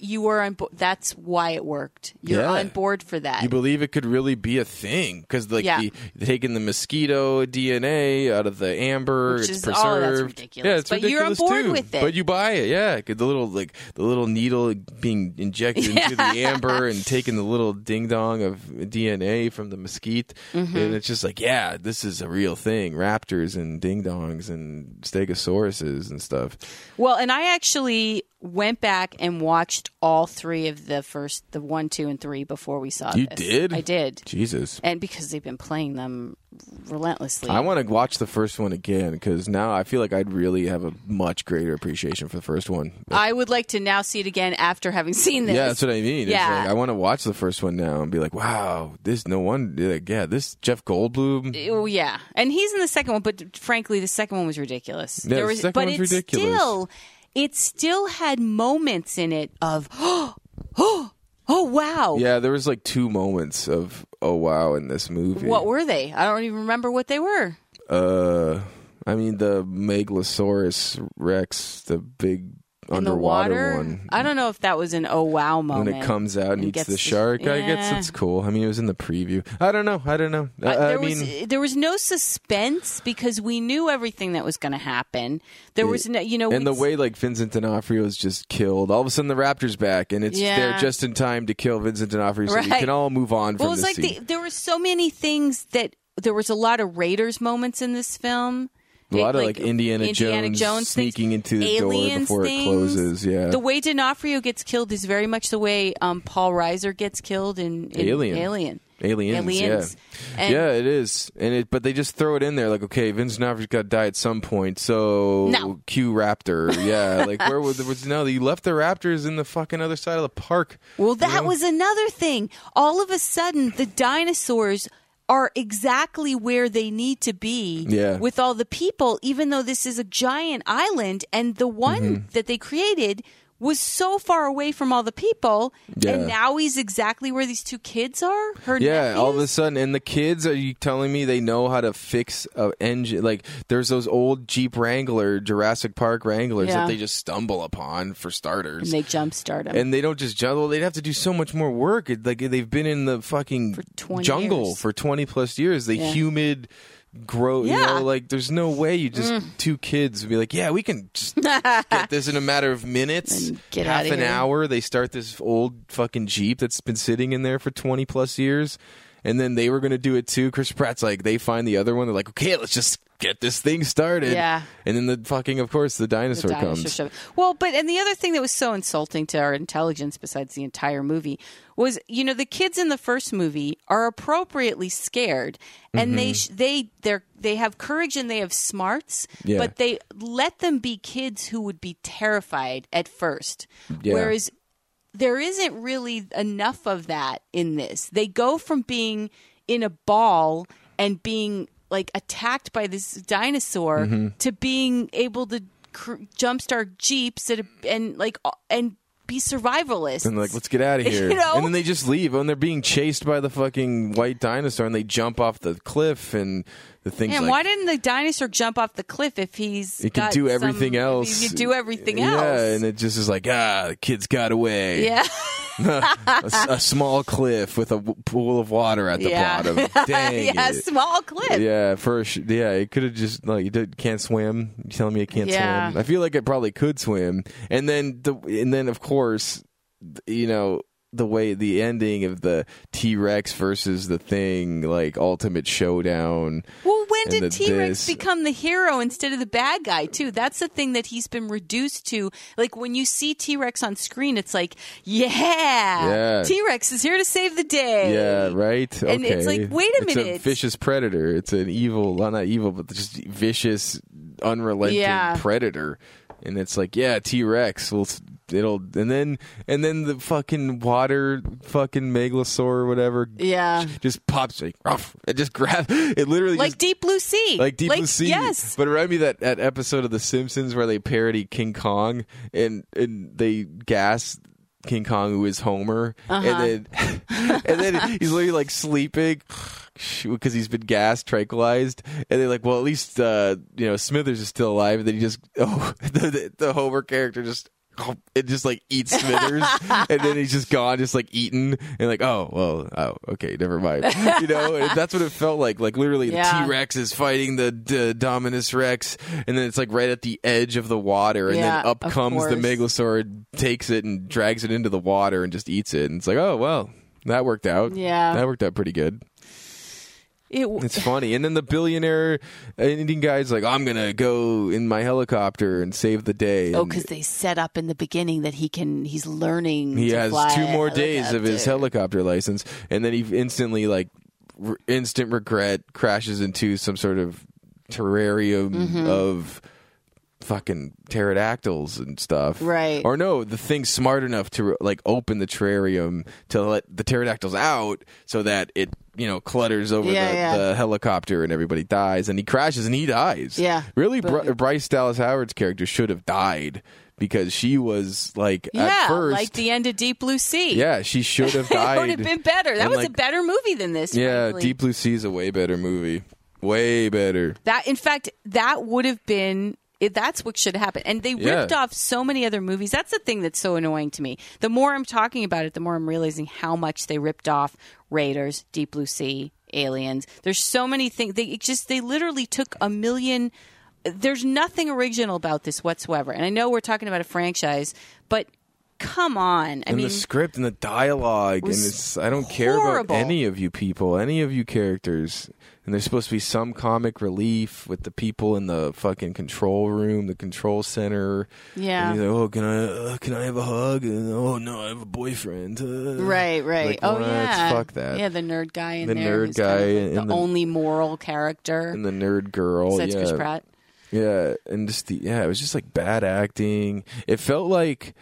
S2: you were on board that's why it worked. You're
S3: Yeah.
S2: on board for that.
S3: You believe it could really be a thing because, like,
S2: Yeah.
S3: the, taking the mosquito DNA out of the amber, it's
S2: Which is- oh, that's
S3: preserved.
S2: ridiculous.
S3: Yeah, it's
S2: But you're on
S3: ridiculous
S2: board
S3: too.
S2: with it.
S3: But you buy it, yeah. 'cause The little like the little needle being injected into
S2: [LAUGHS]
S3: the amber and taking the little ding dong of DNA from the mesquite,
S2: Mm-hmm.
S3: and it's just like, yeah, this is a real thing. Raptors and ding dongs and stegosauruses and stuff.
S2: Well, and I actually went back and watched watched all three of the first, the one, two, and three before we saw
S3: You
S2: this.
S3: did?
S2: I did.
S3: Jesus.
S2: And because they've been playing them relentlessly.
S3: I want to watch the first one again because now I feel like I'd really have a much greater appreciation for the first one.
S2: I would like to now see it again after having seen this.
S3: Yeah, that's what I mean. It's
S2: Yeah.
S3: like, I want to watch the first one now and be like, wow, this no one. Like, yeah, this Jeff Goldblum.
S2: Oh yeah, and he's in the second one, but frankly, the second one was ridiculous.
S3: Yeah, the second
S2: but
S3: one's
S2: it
S3: ridiculous.
S2: still, it still had moments in it of [GASPS] oh, oh, oh wow.
S3: yeah, there was like two moments of oh wow in this movie.
S2: What were they? I don't even remember what they were.
S3: Uh, I mean the Megalosaurus Rex, the big
S2: In the water.
S3: underwater one.
S2: I don't know if that was an oh wow
S3: When
S2: moment.
S3: it comes out and,
S2: And
S3: eats
S2: gets
S3: the
S2: the-
S3: shark, I guess
S2: yeah.
S3: it's cool. I mean, it was in the preview. I don't know. I don't know. I,
S2: Uh, there
S3: I mean,
S2: was there was no suspense because we knew everything that was going to happen. There was no, you know,
S3: and the
S2: we'd-
S3: way like Vincent D'Onofrio is just killed, all of a sudden the Raptor's back, and it's
S2: Yeah.
S3: there just in time to kill Vincent D'Onofrio, so we
S2: Right.
S3: can all move on
S2: Well, it
S3: from
S2: was
S3: this
S2: like
S3: scene.
S2: the, there were so many things that there was a lot of Raiders moments in this film.
S3: A lot
S2: It-
S3: of like, Indiana, Jones,
S2: things,
S3: sneaking into the door
S2: aliens
S3: before it
S2: things.
S3: closes. Yeah,
S2: The way D'Onofrio gets killed is very much the way um, Paul Reiser gets killed in, in
S3: Alien.
S2: Alien.
S3: aliens.
S2: Aliens.
S3: Yeah,
S2: And-
S3: yeah, it is. And it, but they just throw it in there, like, okay, Vincent D'Onofrio's got to die at some point, so
S2: No.
S3: Q Raptor. Yeah, like where was, was no? You left the Raptors in the fucking other side of the park.
S2: Well, that was another thing. All of a sudden, the dinosaurs are exactly where they need to be
S3: Yeah.
S2: with all the people, even though this is a giant island. And the one
S3: Mm-hmm.
S2: that they created was so far away from all the people.
S3: Yeah.
S2: And now he's exactly where these two kids are. Her
S3: Yeah, all of a
S2: nephews?
S3: sudden, and the kids are you telling me they know how to fix a engine? Like there's those old Jeep Wrangler, Jurassic Park Wranglers
S2: Yeah.
S3: that they just stumble upon for starters,
S2: And they jumpstart him.
S3: and they don't just juggle. They'd have to do so much more work. It, like they've been in the fucking
S2: 20
S3: jungle
S2: years.
S3: for twenty plus years. The
S2: Yeah.
S3: humid. Grow,
S2: Yeah. Mm.
S3: you know, like there's no way you just two kids would be like, yeah, we can
S2: [LAUGHS]
S3: just get this in a matter of minutes,
S2: And get
S3: half
S2: outta
S3: an
S2: here.
S3: hour. They start this old fucking jeep that's been sitting in there for twenty plus years, and then they were going to do it too. Chris Pratt's like, they find the other one. They're like, okay, let's just get this thing started.
S2: Yeah.
S3: and then the fucking, of course, the dinosaur,
S2: dinosaur
S3: comes.
S2: show. Well, but and the other thing that was so insulting to our intelligence, besides the entire movie, was you know the kids in the first movie are appropriately scared, and they
S3: Mm-hmm.
S2: sh- they they they have courage and they have smarts,
S3: Yeah.
S2: but they let them be kids who would be terrified at first,
S3: Yeah.
S2: whereas. There isn't really enough of that in this. They go from being in a ball and being like attacked by this dinosaur
S3: Mm-hmm.
S2: to being able to cr- jumpstart jeeps at a, and like uh, and be survivalists.
S3: And they're like, let's get out of here.
S2: [LAUGHS] You know?
S3: And then they just leave, and they're being chased by the fucking white dinosaur, and they jump off the cliff, and the thing's
S2: Man,
S3: like,
S2: why didn't the dinosaur jump off the cliff if he's
S3: It can
S2: got
S3: do
S2: some-
S3: everything
S2: if
S3: else.
S2: He can do everything
S3: Yeah,
S2: else.
S3: and it just is like, ah, the kids got away.
S2: yeah.
S3: a, s- a small cliff with a w- pool of water at the
S2: [LAUGHS] yeah. [LAUGHS]
S3: bottom. Dang
S2: yeah,
S3: it.
S2: small cliff.
S3: Yeah, first, yeah, it could have just like you did, can't swim. You telling me I can't
S2: Yeah.
S3: swim? I feel like I probably could swim. And then the and then of course, th- you know the way the ending of the T Rex versus the thing like ultimate showdown.
S2: Well,
S3: and the
S2: when did T Rex
S3: this.
S2: become the hero instead of the bad guy, too? That's the thing that he's been reduced to. Like, when you see T Rex on screen, it's like, yeah,
S3: Yeah.
S2: T Rex is here to save the day.
S3: Yeah, right.
S2: And
S3: okay.
S2: it's like, wait a
S3: It's
S2: minute.
S3: vicious predator. It's an evil, well, not evil, but just vicious, unrelenting
S2: Yeah.
S3: predator. And it's like, yeah, T Rex. Well, s- it'll and then and then the fucking water, fucking megalosaur or whatever.
S2: Yeah.
S3: just pops like, ruff, it just grabs. It literally
S2: Like
S3: just
S2: Deep Blue Sea.
S3: like deep blue sea.
S2: Yes.
S3: But it reminded me of that that episode of The Simpsons where they parody King Kong and and they gas King Kong who is Homer, and
S2: Uh-huh.
S3: then [LAUGHS] and then he's literally like sleeping because he's been gas tranquilized, and they're like, well, at least uh, you know Smithers is still alive, and then he just [LAUGHS] oh the, the, the Homer character just. oh, It just like eats
S2: [LAUGHS]
S3: Smithers, and then he's just gone, just like eaten, and like, oh well, oh okay, never mind. You know, and that's what it felt like. Like literally,
S2: Yeah.
S3: the T Rex is fighting the D- Dominus Rex, and then it's like right at the edge of the water, and
S2: Yeah,
S3: then up
S2: of
S3: comes the
S2: course.
S3: Megalosaur, takes it and drags it into the water and just eats it. And it's like, oh well, that worked out.
S2: Yeah.
S3: that worked out pretty good.
S2: It w-
S3: It's funny. And then the billionaire Indian guy's like, I'm going to go in my helicopter and save the day.
S2: oh,
S3: And
S2: because they set up in the beginning that he can. He's learning.
S3: he
S2: to
S3: has
S2: fly
S3: two
S2: a
S3: more days of his
S2: helicopter.
S3: helicopter license. And then he instantly, like, r instant regret crashes into some sort of terrarium
S2: Mm-hmm.
S3: of fucking pterodactyls and stuff.
S2: Right.
S3: Or no, the thing's smart enough to like open the terrarium to let the pterodactyls out so that it, you know, clutters over
S2: Yeah,
S3: the,
S2: yeah.
S3: the helicopter and everybody dies and he crashes and he dies.
S2: Yeah.
S3: Really Bri-
S2: Brilliant.
S3: Bryce Dallas Howard's character should have died because she was like
S2: Yeah,
S3: at first
S2: like the end of Deep Blue Sea.
S3: Yeah, she should have died.
S2: it would have been better. [LAUGHS] That
S3: And,
S2: was a
S3: like-
S2: better movie than this.
S3: yeah,
S2: frankly.
S3: Deep Blue Sea is a way better movie. Way better.
S2: That in fact, that would have been. It, that's what should happen. And they
S3: Yeah.
S2: ripped off so many other movies. That's the thing that's so annoying to me. The more I'm talking about it, the more I'm realizing how much they ripped off Raiders, Deep Blue Sea, Aliens. There's so many things. They it just they literally took a million. There's nothing original about this whatsoever. And I know we're talking about a franchise, but come on. I
S3: and
S2: mean,
S3: the script and the dialogue and
S2: was
S3: it's I don't care about
S2: horrible.
S3: any of you people, any of you characters. And there's supposed to be some comic relief with the people in the fucking control room, the control center.
S2: Yeah.
S3: And you're like, oh, can I uh, can I have a hug? And, oh no, I have a boyfriend. Uh.
S2: Right, right.
S3: Like,
S2: oh
S3: what?
S2: yeah,
S3: Fuck that.
S2: Yeah, the nerd guy in
S3: The
S2: there.
S3: nerd
S2: who's kind of
S3: guy
S2: like
S3: and
S2: the,
S3: the-
S2: only moral character.
S3: And the nerd girl.
S2: Besides
S3: Oh, yeah.
S2: Chris Pratt.
S3: Yeah, and just the yeah, it was just like bad acting. It felt like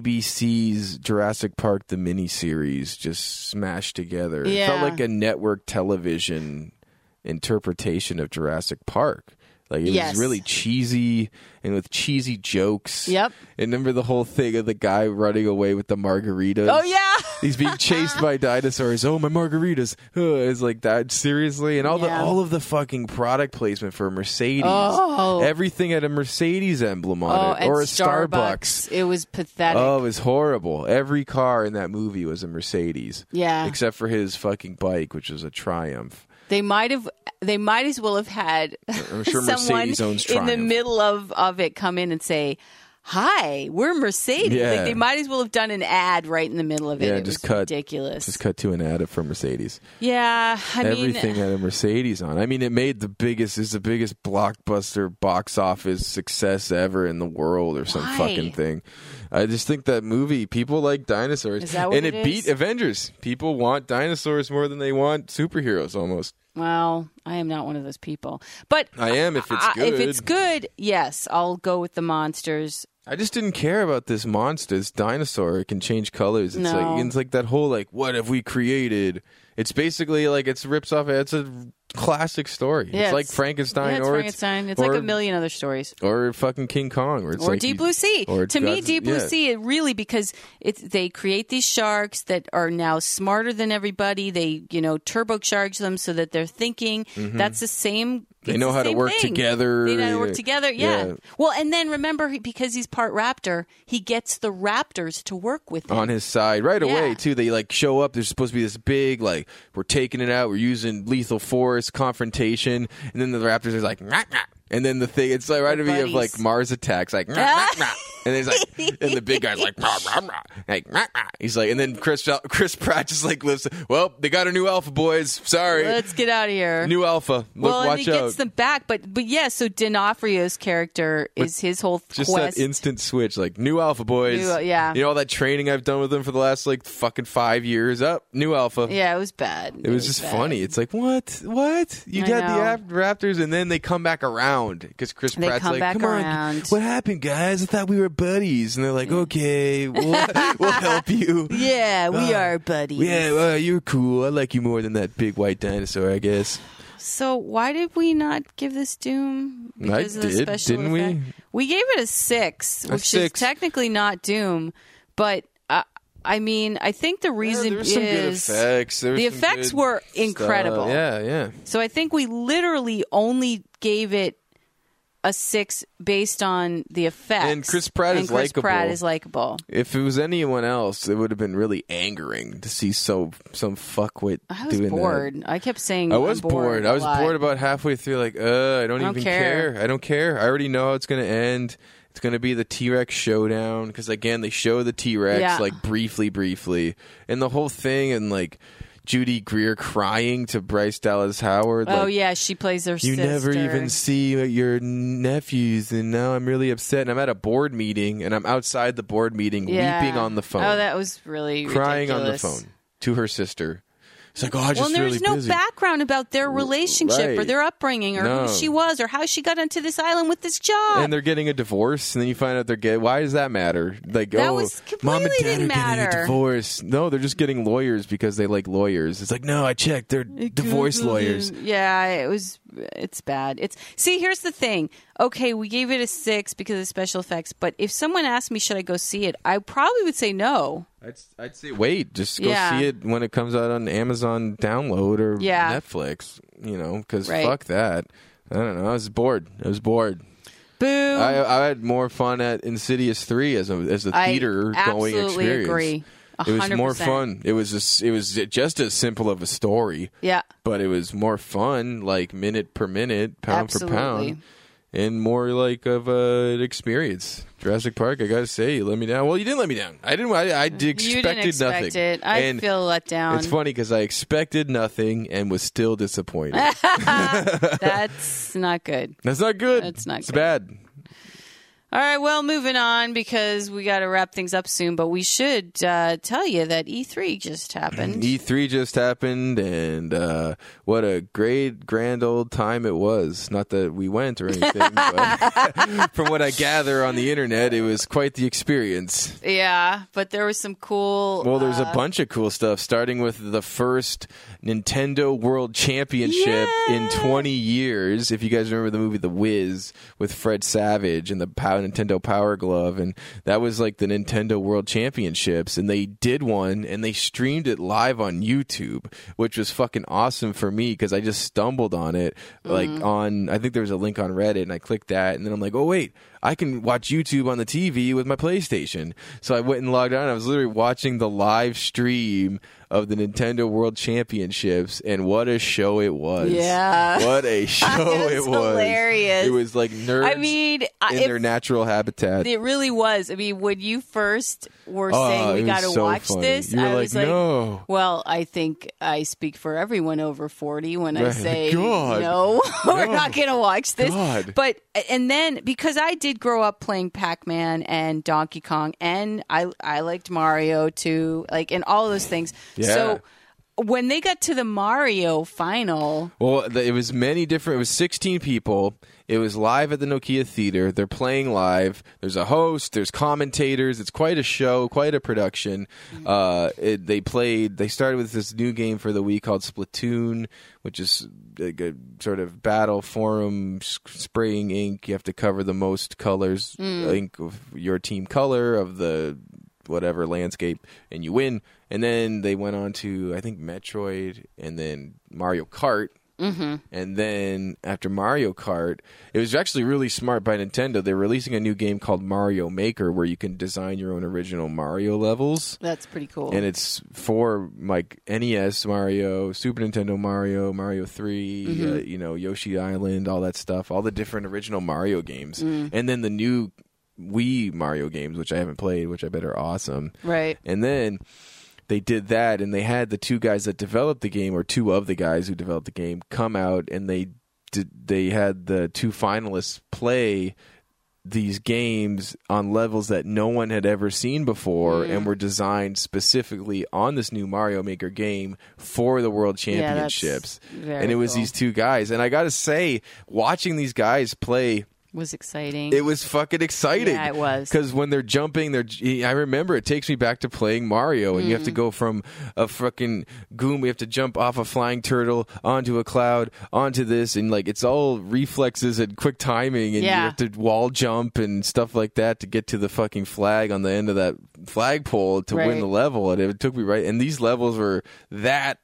S3: ABC's Jurassic Park the miniseries just smashed together. It felt
S2: Yeah.
S3: like a network television interpretation of Jurassic Park. Like it
S2: Yes.
S3: was really cheesy and with cheesy jokes.
S2: Yep.
S3: And remember the whole thing of the guy running away with the margaritas.
S2: Oh yeah.
S3: He's being chased by dinosaurs. Oh my margaritas! Uh, it's like that seriously, and all
S2: Yeah.
S3: the all of the fucking product placement for Mercedes.
S2: Oh.
S3: Everything had a Mercedes emblem on
S2: oh,
S3: it,
S2: and
S3: or a
S2: Starbucks.
S3: Starbucks.
S2: It was pathetic.
S3: Oh, it was horrible. Every car in that movie was a Mercedes,
S2: yeah.
S3: except for his fucking bike, which was a Triumph.
S2: They might have. They might as well have had
S3: [LAUGHS] I'm sure
S2: [LAUGHS] someone
S3: Mercedes owns
S2: in
S3: Triumph.
S2: the middle of of it come in and say. Hi, we're Mercedes.
S3: Yeah.
S2: Like they might as well have done an ad right in the middle of it.
S3: Yeah,
S2: it
S3: just
S2: was
S3: cut-
S2: ridiculous.
S3: Just cut to an ad for Mercedes.
S2: yeah, I
S3: Everything
S2: mean,
S3: had a Mercedes on. I mean, it made the biggest is the biggest blockbuster box office success ever in the world, or some
S2: Why?
S3: fucking thing. I just think that movie people like dinosaurs,
S2: Is that what
S3: and
S2: it
S3: it, beat
S2: is?
S3: Avengers. People want dinosaurs more than they want superheroes. Almost,
S2: well, I am not one of those people. But
S3: I am if it's
S2: I-
S3: good.
S2: Uh, If it's good, yes, I'll go with the monsters.
S3: I just didn't care about this monster, this dinosaur. It can change colors. It's
S2: No.
S3: like it's like that whole like what have we created? It's basically like it's rips off. It's a classic story.
S2: Yeah,
S3: it's like
S2: it's-
S3: Frankenstein
S2: yeah, it's
S3: or
S2: Frankenstein. It's
S3: or-
S2: like a million other stories.
S3: or fucking King Kong, or it's
S2: or
S3: like
S2: Deep Blue Sea.
S3: or
S2: to me,
S3: Godzilla-
S2: Deep Blue
S3: yeah.
S2: Sea, it really because it's they create these sharks that are now smarter than everybody. They you know turbocharge them so that they're thinking. That's the same.
S3: Mm-hmm. They
S2: it's
S3: know
S2: the
S3: how to
S2: same
S3: work
S2: thing.
S3: together. eh,
S2: They know how to work together. Yeah.
S3: Yeah.
S2: Well, and then remember he- because he's part raptor, he gets the raptors to work with him.
S3: on his side right
S2: Yeah.
S3: away too. They like show up. There's supposed to be this big like we're taking it out. We're using lethal force confrontation, and then the Raptors are like, "Nah, nah." and then the thing it's like right
S2: They're
S3: to me of like
S2: buddies.
S3: Mars attacks like, "Nah, nah,
S2: [LAUGHS]
S3: nah." and it's like, and the big guy's like, "Nah, nah, nah." like "Nah, nah." he's like, and then Chris Chris Pratt just like lifts. Well, they got a new alpha, boys. Sorry,
S2: Let's get out of here.
S3: new alpha. Look,
S2: well, and
S3: watch
S2: he
S3: out.
S2: gets them back, but but yeah. So D'Onofrio's character is his whole
S3: just
S2: quest.
S3: that instant switch like new alpha boys
S2: New- yeah.
S3: you know all that training i've done with them for the last like fucking five years up new alpha
S2: yeah, it was bad.
S3: it was just
S2: bad.
S3: funny it's like what what you
S2: I
S3: got
S2: know.
S3: the Ap- raptors and then they come back around because chris
S2: They
S3: pratt's
S2: come
S3: like
S2: back
S3: come on
S2: around.
S3: what happened guys i thought we were buddies and they're like okay
S2: [LAUGHS]
S3: we'll, we'll help you
S2: Yeah, we
S3: Ah,
S2: are buddies.
S3: yeah well, you're cool i like you more than that big white dinosaur i guess
S2: So why did we not give this Doom? Because of the
S3: did,
S2: special
S3: didn't we?
S2: effect? We gave it a six, which
S3: six.
S2: is technically not Doom, but uh, I mean, I think the reason
S3: there were some good
S2: is
S3: effects There was
S2: the
S3: some
S2: effects
S3: good
S2: were
S3: stuff.
S2: incredible.
S3: yeah yeah
S2: So I think we literally only gave it a six based on the effects.
S3: And Chris Pratt
S2: And
S3: is
S2: Chris Pratt
S3: likable.
S2: is likable.
S3: If it was anyone else, it would have been really angering to see so some fuckwit
S2: I was
S3: doing
S2: bored. I kept saying
S3: that. I was
S2: I'm bored.
S3: bored. I was
S2: a lot.
S3: bored about halfway through. Like, uh, I don't
S2: don't
S3: even
S2: care.
S3: care. I don't care. I already know how it's gonna end. It's gonna be the T Rex showdown because again, they show the T Rex
S2: Yeah.
S3: like briefly, briefly, and the whole thing, and like Judy Greer crying to Bryce Dallas Howard.
S2: oh
S3: like,
S2: yeah, she plays her
S3: You
S2: sister.
S3: never even see your nephews, and now I'm really upset. And I'm at a board meeting, and I'm outside the board meeting,
S2: Yeah.
S3: weeping on the phone,
S2: Oh, that was really
S3: crying
S2: ridiculous.
S3: on the phone to her sister. It's like, oh, I just
S2: Well, and there
S3: really
S2: was no
S3: busy.
S2: background about their relationship or
S3: right.
S2: their upbringing or
S3: No.
S2: who she was or how she got onto this island with this job.
S3: and they're getting a divorce, and then you find out they're gay. Why does that matter? Like,
S2: That
S3: oh,
S2: was-
S3: mom and dad
S2: completely
S3: are getting
S2: didn't matter.
S3: a divorce. No, they're just getting lawyers because they like lawyers. It's like, no, I checked. They're divorce lawyers.
S2: Yeah, it was. It's bad. It's see. Here's the thing. Okay, we gave it a six because of special effects. But if someone asked me, should I go see it? I probably would say no.
S3: I'd, I'd say wait, just go
S2: Yeah.
S3: see it when it comes out on Amazon download or
S2: Yeah.
S3: Netflix. You know, because
S2: Right.
S3: fuck that. I don't know. I was bored. I was bored.
S2: Boo.
S3: I, uh, I had more fun at Insidious Three as a as a
S2: I
S3: theater going
S2: absolutely
S3: experience.
S2: agree. A
S3: It was
S2: hundred
S3: more
S2: percent.
S3: fun. It was a s it was just as simple of a story.
S2: Yeah.
S3: but it was more fun, like minute per minute, pound
S2: Absolutely.
S3: for pound, and more like of a, an experience. Jurassic Park, I gotta say, you let me down. Well, you didn't let me down. I didn't. I, I did, expected
S2: you didn't expect
S3: nothing.
S2: it. I
S3: and
S2: feel let down.
S3: [LAUGHS] it's funny because I expected nothing and was still disappointed.
S2: [LAUGHS] That's not good.
S3: That's not good.
S2: That's not
S3: It's
S2: good.
S3: bad.
S2: All right, well, moving on because we got to wrap things up soon, but we should uh, tell you that E3 just happened.
S3: [CLEARS THROAT] E3 E just happened, and uh, what a great, grand old time it was. Not that we went or anything, but [LAUGHS] from what I gather on the internet, it was quite the experience.
S2: Yeah, but there was some cool.
S3: Well, there's a bunch of cool stuff, starting with the first Nintendo World Championship in
S2: Yeah.
S3: 20 years. If you guys remember the movie The Wiz with Fred Savage and the pow- Nintendo Power Glove, and that was like the Nintendo World Championships, and they did one and they streamed it live on YouTube, which was fucking awesome for me because I just stumbled on it. Like on, I think there was a link on Reddit, and I clicked that, and then I'm like, oh wait. I can watch YouTube on the TV with my PlayStation. So I went and logged on. and I was literally watching the live stream of the Nintendo World Championships, and what a show it was!
S2: Yeah.
S3: what a show
S2: It
S3: it was!
S2: was hilarious.
S3: It was like nerds
S2: [LAUGHS] I mean, I-
S3: in
S2: if-
S3: their natural habitat.
S2: it really was. I mean, when you first were
S3: Oh,
S2: saying
S3: it
S2: we
S3: was
S2: got to
S3: so
S2: watch
S3: funny.
S2: this,
S3: You were
S2: I
S3: like,
S2: was like,
S3: "No."
S2: well, I think I speak for everyone over 40 when I
S3: Right.
S2: say,
S3: God.
S2: no, [LAUGHS] we're
S3: No.
S2: not going to watch this.
S3: God.
S2: But, and then because I did grow up playing Pac Man and Donkey Kong, and I, I liked Mario too, like, and all those things.
S3: Yeah.
S2: So when they got to the Mario final,
S3: Well, th- it was many different. It was 16 people. It was live at the Nokia Theater. They're playing live. There's a host. There's commentators. It's quite a show, quite a production. Uh, it, they played. They started with this new game for the Wii called Splatoon, which is like a sort of battle forum s- spraying ink. You have to cover the most colors ink of your team color of the whatever landscape and you win. And then they went on to I think Metroid and then Mario Kart. Mm-hmm. And then after Mario Kart, it was actually really smart by Nintendo. They're releasing a new game called Mario Maker where you can design your own original Mario levels.
S2: that's pretty cool.
S3: And it's for like NES Mario, Super Nintendo Mario, Mario 3, uh, you know, Yoshi Island, all that stuff, all the different original Mario games. And then the new Wii Mario games, which I haven't played, which I bet are awesome.
S2: right.
S3: And then they did that, and they had the two guys that developed the game, or two of the guys who developed the game, come out, and they did, they had the two finalists play these games on levels that no one had ever seen before
S2: Mm.
S3: and were designed specifically on this new Mario Maker game for the World
S2: Yeah, that's
S3: Championships.
S2: very
S3: and it was
S2: cool.
S3: these two guys. And I got to say, watching these guys play
S2: Was exciting.
S3: it was fucking exciting.
S2: Yeah, it was.
S3: Because when they're jumping, they're. I remember it takes me back to playing Mario, and you
S2: Mm-hmm.
S3: have to go from a fucking goom. We have to jump off a flying turtle onto a cloud onto this, and like it's all reflexes and quick timing, and
S2: Yeah.
S3: you have to wall jump and stuff like that to get to the fucking flag on the end of that flagpole to
S2: Right.
S3: win the level. And it took me right. And these levels were that.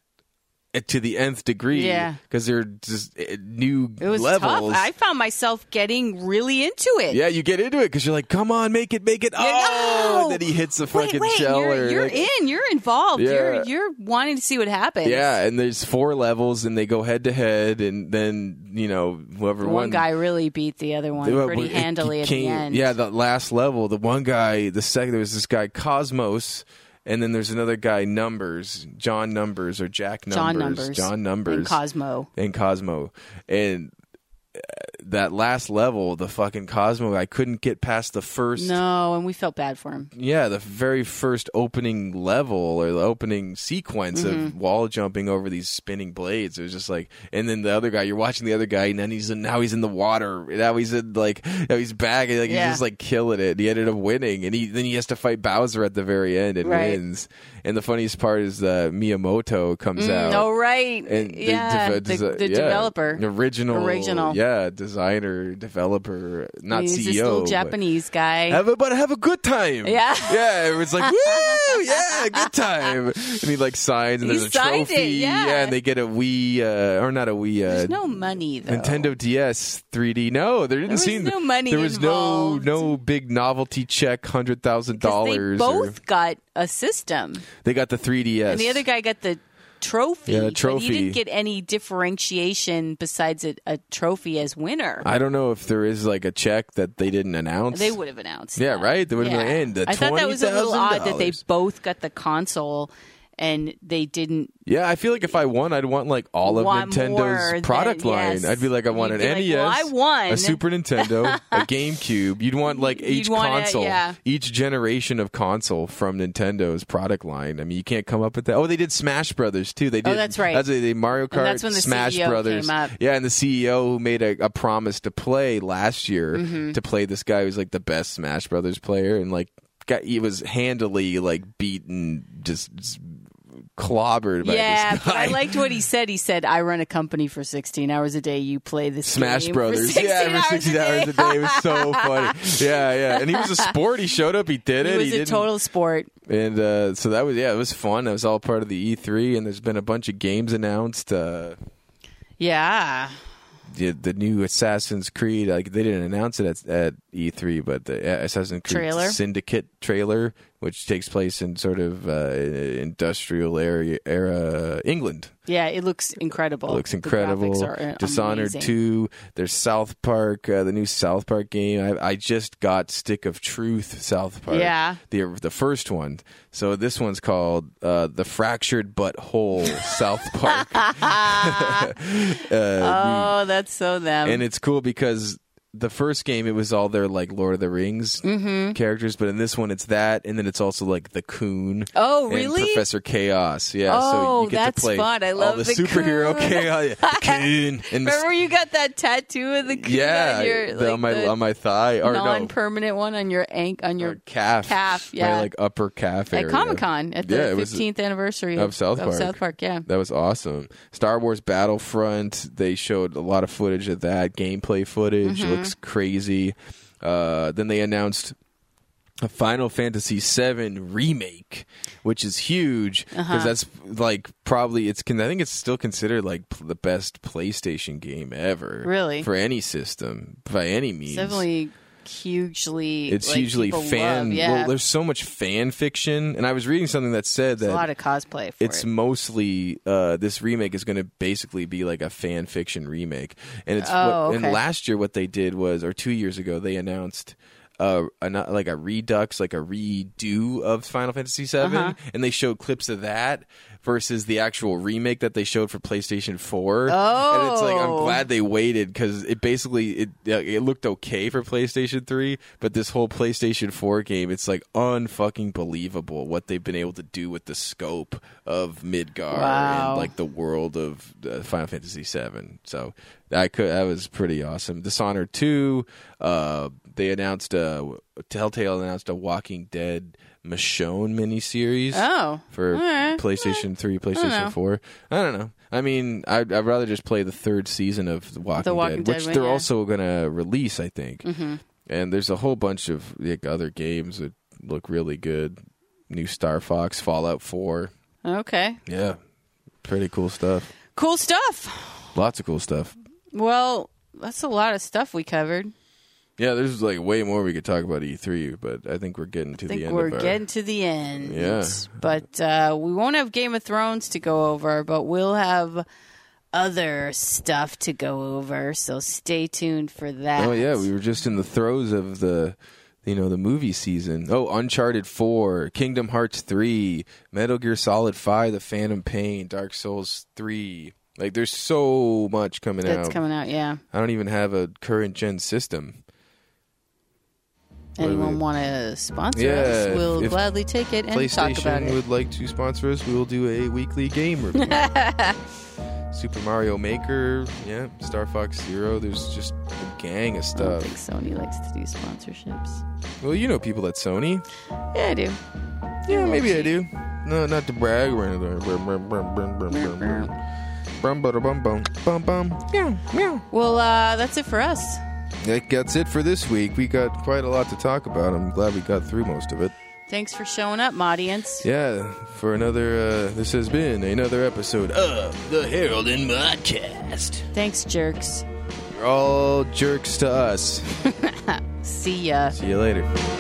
S3: eh, To the nth degree,
S2: Yeah.
S3: because they're just eh, new
S2: it was
S3: levels.
S2: tough. I found myself getting really into it.
S3: Yeah, you get into it because you're like, come on, make it, make it. Oh, and then he hits the fucking
S2: wait, wait,
S3: shell.
S2: You're,
S3: or
S2: you're
S3: like-
S2: in. You're involved.
S3: Yeah.
S2: You're you're wanting to see what happens.
S3: Yeah, and there's four levels, and they go head to head, and then you know whoever
S2: One,
S3: won.
S2: guy really beat the other one
S3: Well,
S2: pretty
S3: it- it
S2: handily at the
S3: came-
S2: end.
S3: Yeah, the last level, the one guy, the second there was this guy Cosmos, And then there's another guy, Numbers, John Numbers or Jack Numbers,
S2: John Numbers,
S3: John Numbers,
S2: and Cosmo.
S3: and Cosmo. And uh, that last level, the fucking Cosmo, I couldn't get past the first.
S2: No, and we felt bad for him.
S3: Yeah, the very first opening level or the opening sequence
S2: Mm-hmm.
S3: of wall jumping over these spinning blades. It was just like, and then the other guy, you're watching the other guy, and then he's in, now he's in the water. Now he's in like now he's back, and like
S2: Yeah.
S3: he's just like killing it. And he ended up winning, and he then he has to fight Bowser at the very end and
S2: Right.
S3: wins. And the funniest part is uh, Miyamoto comes out.
S2: Oh, right.
S3: And the
S2: yeah,
S3: deve-
S2: the,
S3: desi-
S2: the
S3: yeah,
S2: developer.
S3: original,
S2: Original.
S3: yeah, designer, developer, not
S2: He's
S3: CEO,
S2: this little
S3: but-
S2: Japanese guy.
S3: Everybody have a good time.
S2: Yeah.
S3: Yeah. It was
S2: [LAUGHS]
S3: like, woo, yeah, good time. And he like signs and
S2: He
S3: there's a
S2: signed it,
S3: trophy.
S2: yeah.
S3: and they get a Wii, uh, or not a Wii, uh,
S2: There's no money though.
S3: Nintendo DS 3D. No, there didn't
S2: was
S3: seem
S2: no money
S3: There was
S2: involved.
S3: no no big novelty check, hundred thousand
S2: 'Cause
S3: dollars.
S2: They both got a system,
S3: they got the 3DS.
S2: and the other guy got the trophy.
S3: Yeah,
S2: but
S3: trophy.
S2: he didn't get any differentiation besides a, a trophy as winner.
S3: I don't know if there is like a check that they didn't announce.
S2: they would have announced.
S3: Yeah,
S2: that.
S3: right? They would've been like, "And the
S2: I thought that was a little odd that they
S3: $20,000."
S2: both got the console and they didn't.
S3: yeah, I feel like if I won, I'd want like all of
S2: Want more
S3: Nintendo's
S2: than-
S3: product line.
S2: yes.
S3: I'd be like, I want
S2: You'd
S3: an
S2: be
S3: NES,
S2: like, well, I won.
S3: a Super Nintendo,
S2: [LAUGHS]
S3: a GameCube. You'd want like each
S2: You'd want it,
S3: console,
S2: yeah.
S3: each generation of console from Nintendo's product line. I mean, you can't come up with that. Oh, they did Smash Brothers too. They did.
S2: Oh, that's right.
S3: That's what they Mario Kart,
S2: that's when the
S3: Smash
S2: CEO
S3: Brothers.
S2: came up.
S3: Yeah, and the CEO who made a, a promise to play last year
S2: Mm-hmm.
S3: to play this guy who's like the best Smash Brothers player and like got he was handily like beaten just. just clobbered by
S2: yeah,
S3: this [LAUGHS]
S2: but
S3: guy.
S2: I liked what he said. He said, "I run a company for 16 hours a day. You play this
S3: Smash
S2: game
S3: Brothers.
S2: For 16
S3: yeah,
S2: hours
S3: for 16
S2: a
S3: hours
S2: day.
S3: a day. It was so
S2: [LAUGHS]
S3: funny. Yeah, yeah. And he was a sport. He showed up. He did it.
S2: It was
S3: he
S2: a
S3: didn't.
S2: total sport.
S3: and uh, so that was, yeah, it was fun. That was all part of the E3. And there's been a bunch of games announced. Uh,
S2: Yeah.
S3: the, the new Assassin's Creed, like they didn't announce it at, at E3, but the uh, Assassin's Creed
S2: Trailer.
S3: Syndicate trailer, which takes place in sort of uh, industrial area, era England.
S2: Yeah, it looks incredible.
S3: It looks
S2: Oh, The
S3: incredible.
S2: graphics are, uh,
S3: Dishonored
S2: amazing.
S3: 2. There's South Park, uh, the new South Park game. I, I just got Stick of Truth South Park.
S2: Yeah.
S3: The, the first one. So this one's called uh, The Fractured But Whole
S2: [LAUGHS]
S3: South Park. [LAUGHS] Uh,
S2: Oh, that's so them.
S3: and it's cool because the first game it was all their like Lord of the Rings
S2: Mm-hmm.
S3: characters, but in this one it's that, and then it's also like the Coon.
S2: Oh,
S3: and
S2: really?
S3: Professor Chaos. Yeah. so
S2: Oh,
S3: you get
S2: that's
S3: to play
S2: fun. I
S3: all
S2: love
S3: the,
S2: the
S3: superhero [LAUGHS]
S2: Coon.
S3: Chaos.
S2: [LAUGHS]
S3: Yeah, the Coon and Mys-
S2: Remember, you got that tattoo of the coon
S3: yeah,
S2: on your
S3: the-
S2: like,
S3: on my
S2: the
S3: on my thigh or no,
S2: non-permanent one on your ankle on
S3: or
S2: your
S3: calf,
S2: calf,
S3: my
S2: yeah.
S3: like upper calf
S2: at
S3: area.
S2: Comic Con at the
S3: Yeah, it was-
S2: 15th anniversary
S3: of South Park.
S2: South Park, yeah.
S3: That was awesome. Star Wars Battlefront, they showed a lot of footage of that, gameplay footage.
S2: Mm-hmm.
S3: It looks crazy. Uh, then they announced a Final Fantasy VII remake, which is huge because
S2: Uh-huh.
S3: that's like probably it's. Con- I think it's still considered like pl- the best PlayStation game ever,
S2: Really?
S3: for any system by any means.
S2: It's definitely hugely.
S3: It's
S2: like,
S3: usually
S2: people
S3: fan.
S2: Love, yeah,
S3: Well, there's so much fan fiction, and I was reading something that said
S2: a
S3: that
S2: lot of cosplay for
S3: it's
S2: it.
S3: mostly uh, this remake is going to basically be like a fan fiction remake, and it's what,
S2: Oh, okay.
S3: and last year what they did was, or two years ago, they announced. Uh, a, not- like a redux, like a redo of Final Fantasy VII,
S2: Uh-huh.
S3: and they showed clips of that versus the actual remake that they showed for PlayStation Four.
S2: Oh.
S3: and it's like I'm glad they waited because it basically it uh, it looked okay for PlayStation Three, but this whole PlayStation Four game, it's like unfucking believable what they've been able to do with the scope of Midgar
S2: Wow.
S3: and like the world of uh, Final Fantasy Seven. So I could that was pretty awesome. Dishonored Two, uh, they announced a Telltale announced a Walking Dead Michonne miniseries
S2: Oh,
S3: for
S2: right.
S3: PlayStation 3, PlayStation 4. I don't know. I mean, I'd, I'd rather just play the third season of The Walking,
S2: The Walking
S3: Dead,
S2: Dead
S3: which
S2: one,
S3: they're
S2: yeah. Mm-hmm.
S3: also going to release, I think. And there's a whole bunch of like, other games that look really good. New Star Fox, Fallout 4.
S2: okay,
S3: Yeah. Pretty cool stuff.
S2: cool stuff.
S3: Lots of cool stuff.
S2: Well, that's a lot of stuff we covered.
S3: Yeah, there's like way more we could talk about E3, but I think we're getting to
S2: I think
S3: the end
S2: we're
S3: of our
S2: getting to the end.
S3: Yeah.
S2: But uh, we won't have Game of Thrones to go over, but we'll have other stuff to go over. So stay tuned for that.
S3: Oh yeah, we were just in the throes of the you know the movie season. Oh, Uncharted Four, Kingdom Hearts Three, Metal Gear Solid Five, The Phantom Pain, Dark Souls Three. Like there's so much coming
S2: That's
S3: out.
S2: coming out, yeah.
S3: I don't even have a current gen system.
S2: Anyone want to sponsor
S3: Yeah,
S2: us? We'll
S3: if
S2: gladly take it and talk about
S3: PlayStation
S2: it.
S3: would like to sponsor us. We will do a weekly game
S2: [LAUGHS]
S3: review. Super Mario Maker, yeah, Star Fox Zero. There's just a gang of
S2: I don't
S3: stuff.
S2: think Sony likes to do sponsorships.
S3: Well, you know people at Sony.
S2: Yeah, I do.
S3: Yeah, maybe I do. No, not to brag or anything. Brum, brum, brum, brum, brum, brum, brum. Brum, bada, bum, bum, bum, bum. Meow, meow.
S2: Well, uh, that's it for us.
S3: That- That's it for this week. We got quite a lot to talk about. I'm glad we got through most of it.
S2: Thanks for showing up, audience.
S3: Yeah, for another, uh, this has been another episode of The Herald and Podcast.
S2: Thanks, jerks.
S3: You're all jerks to us.
S2: See ya.
S3: See you later.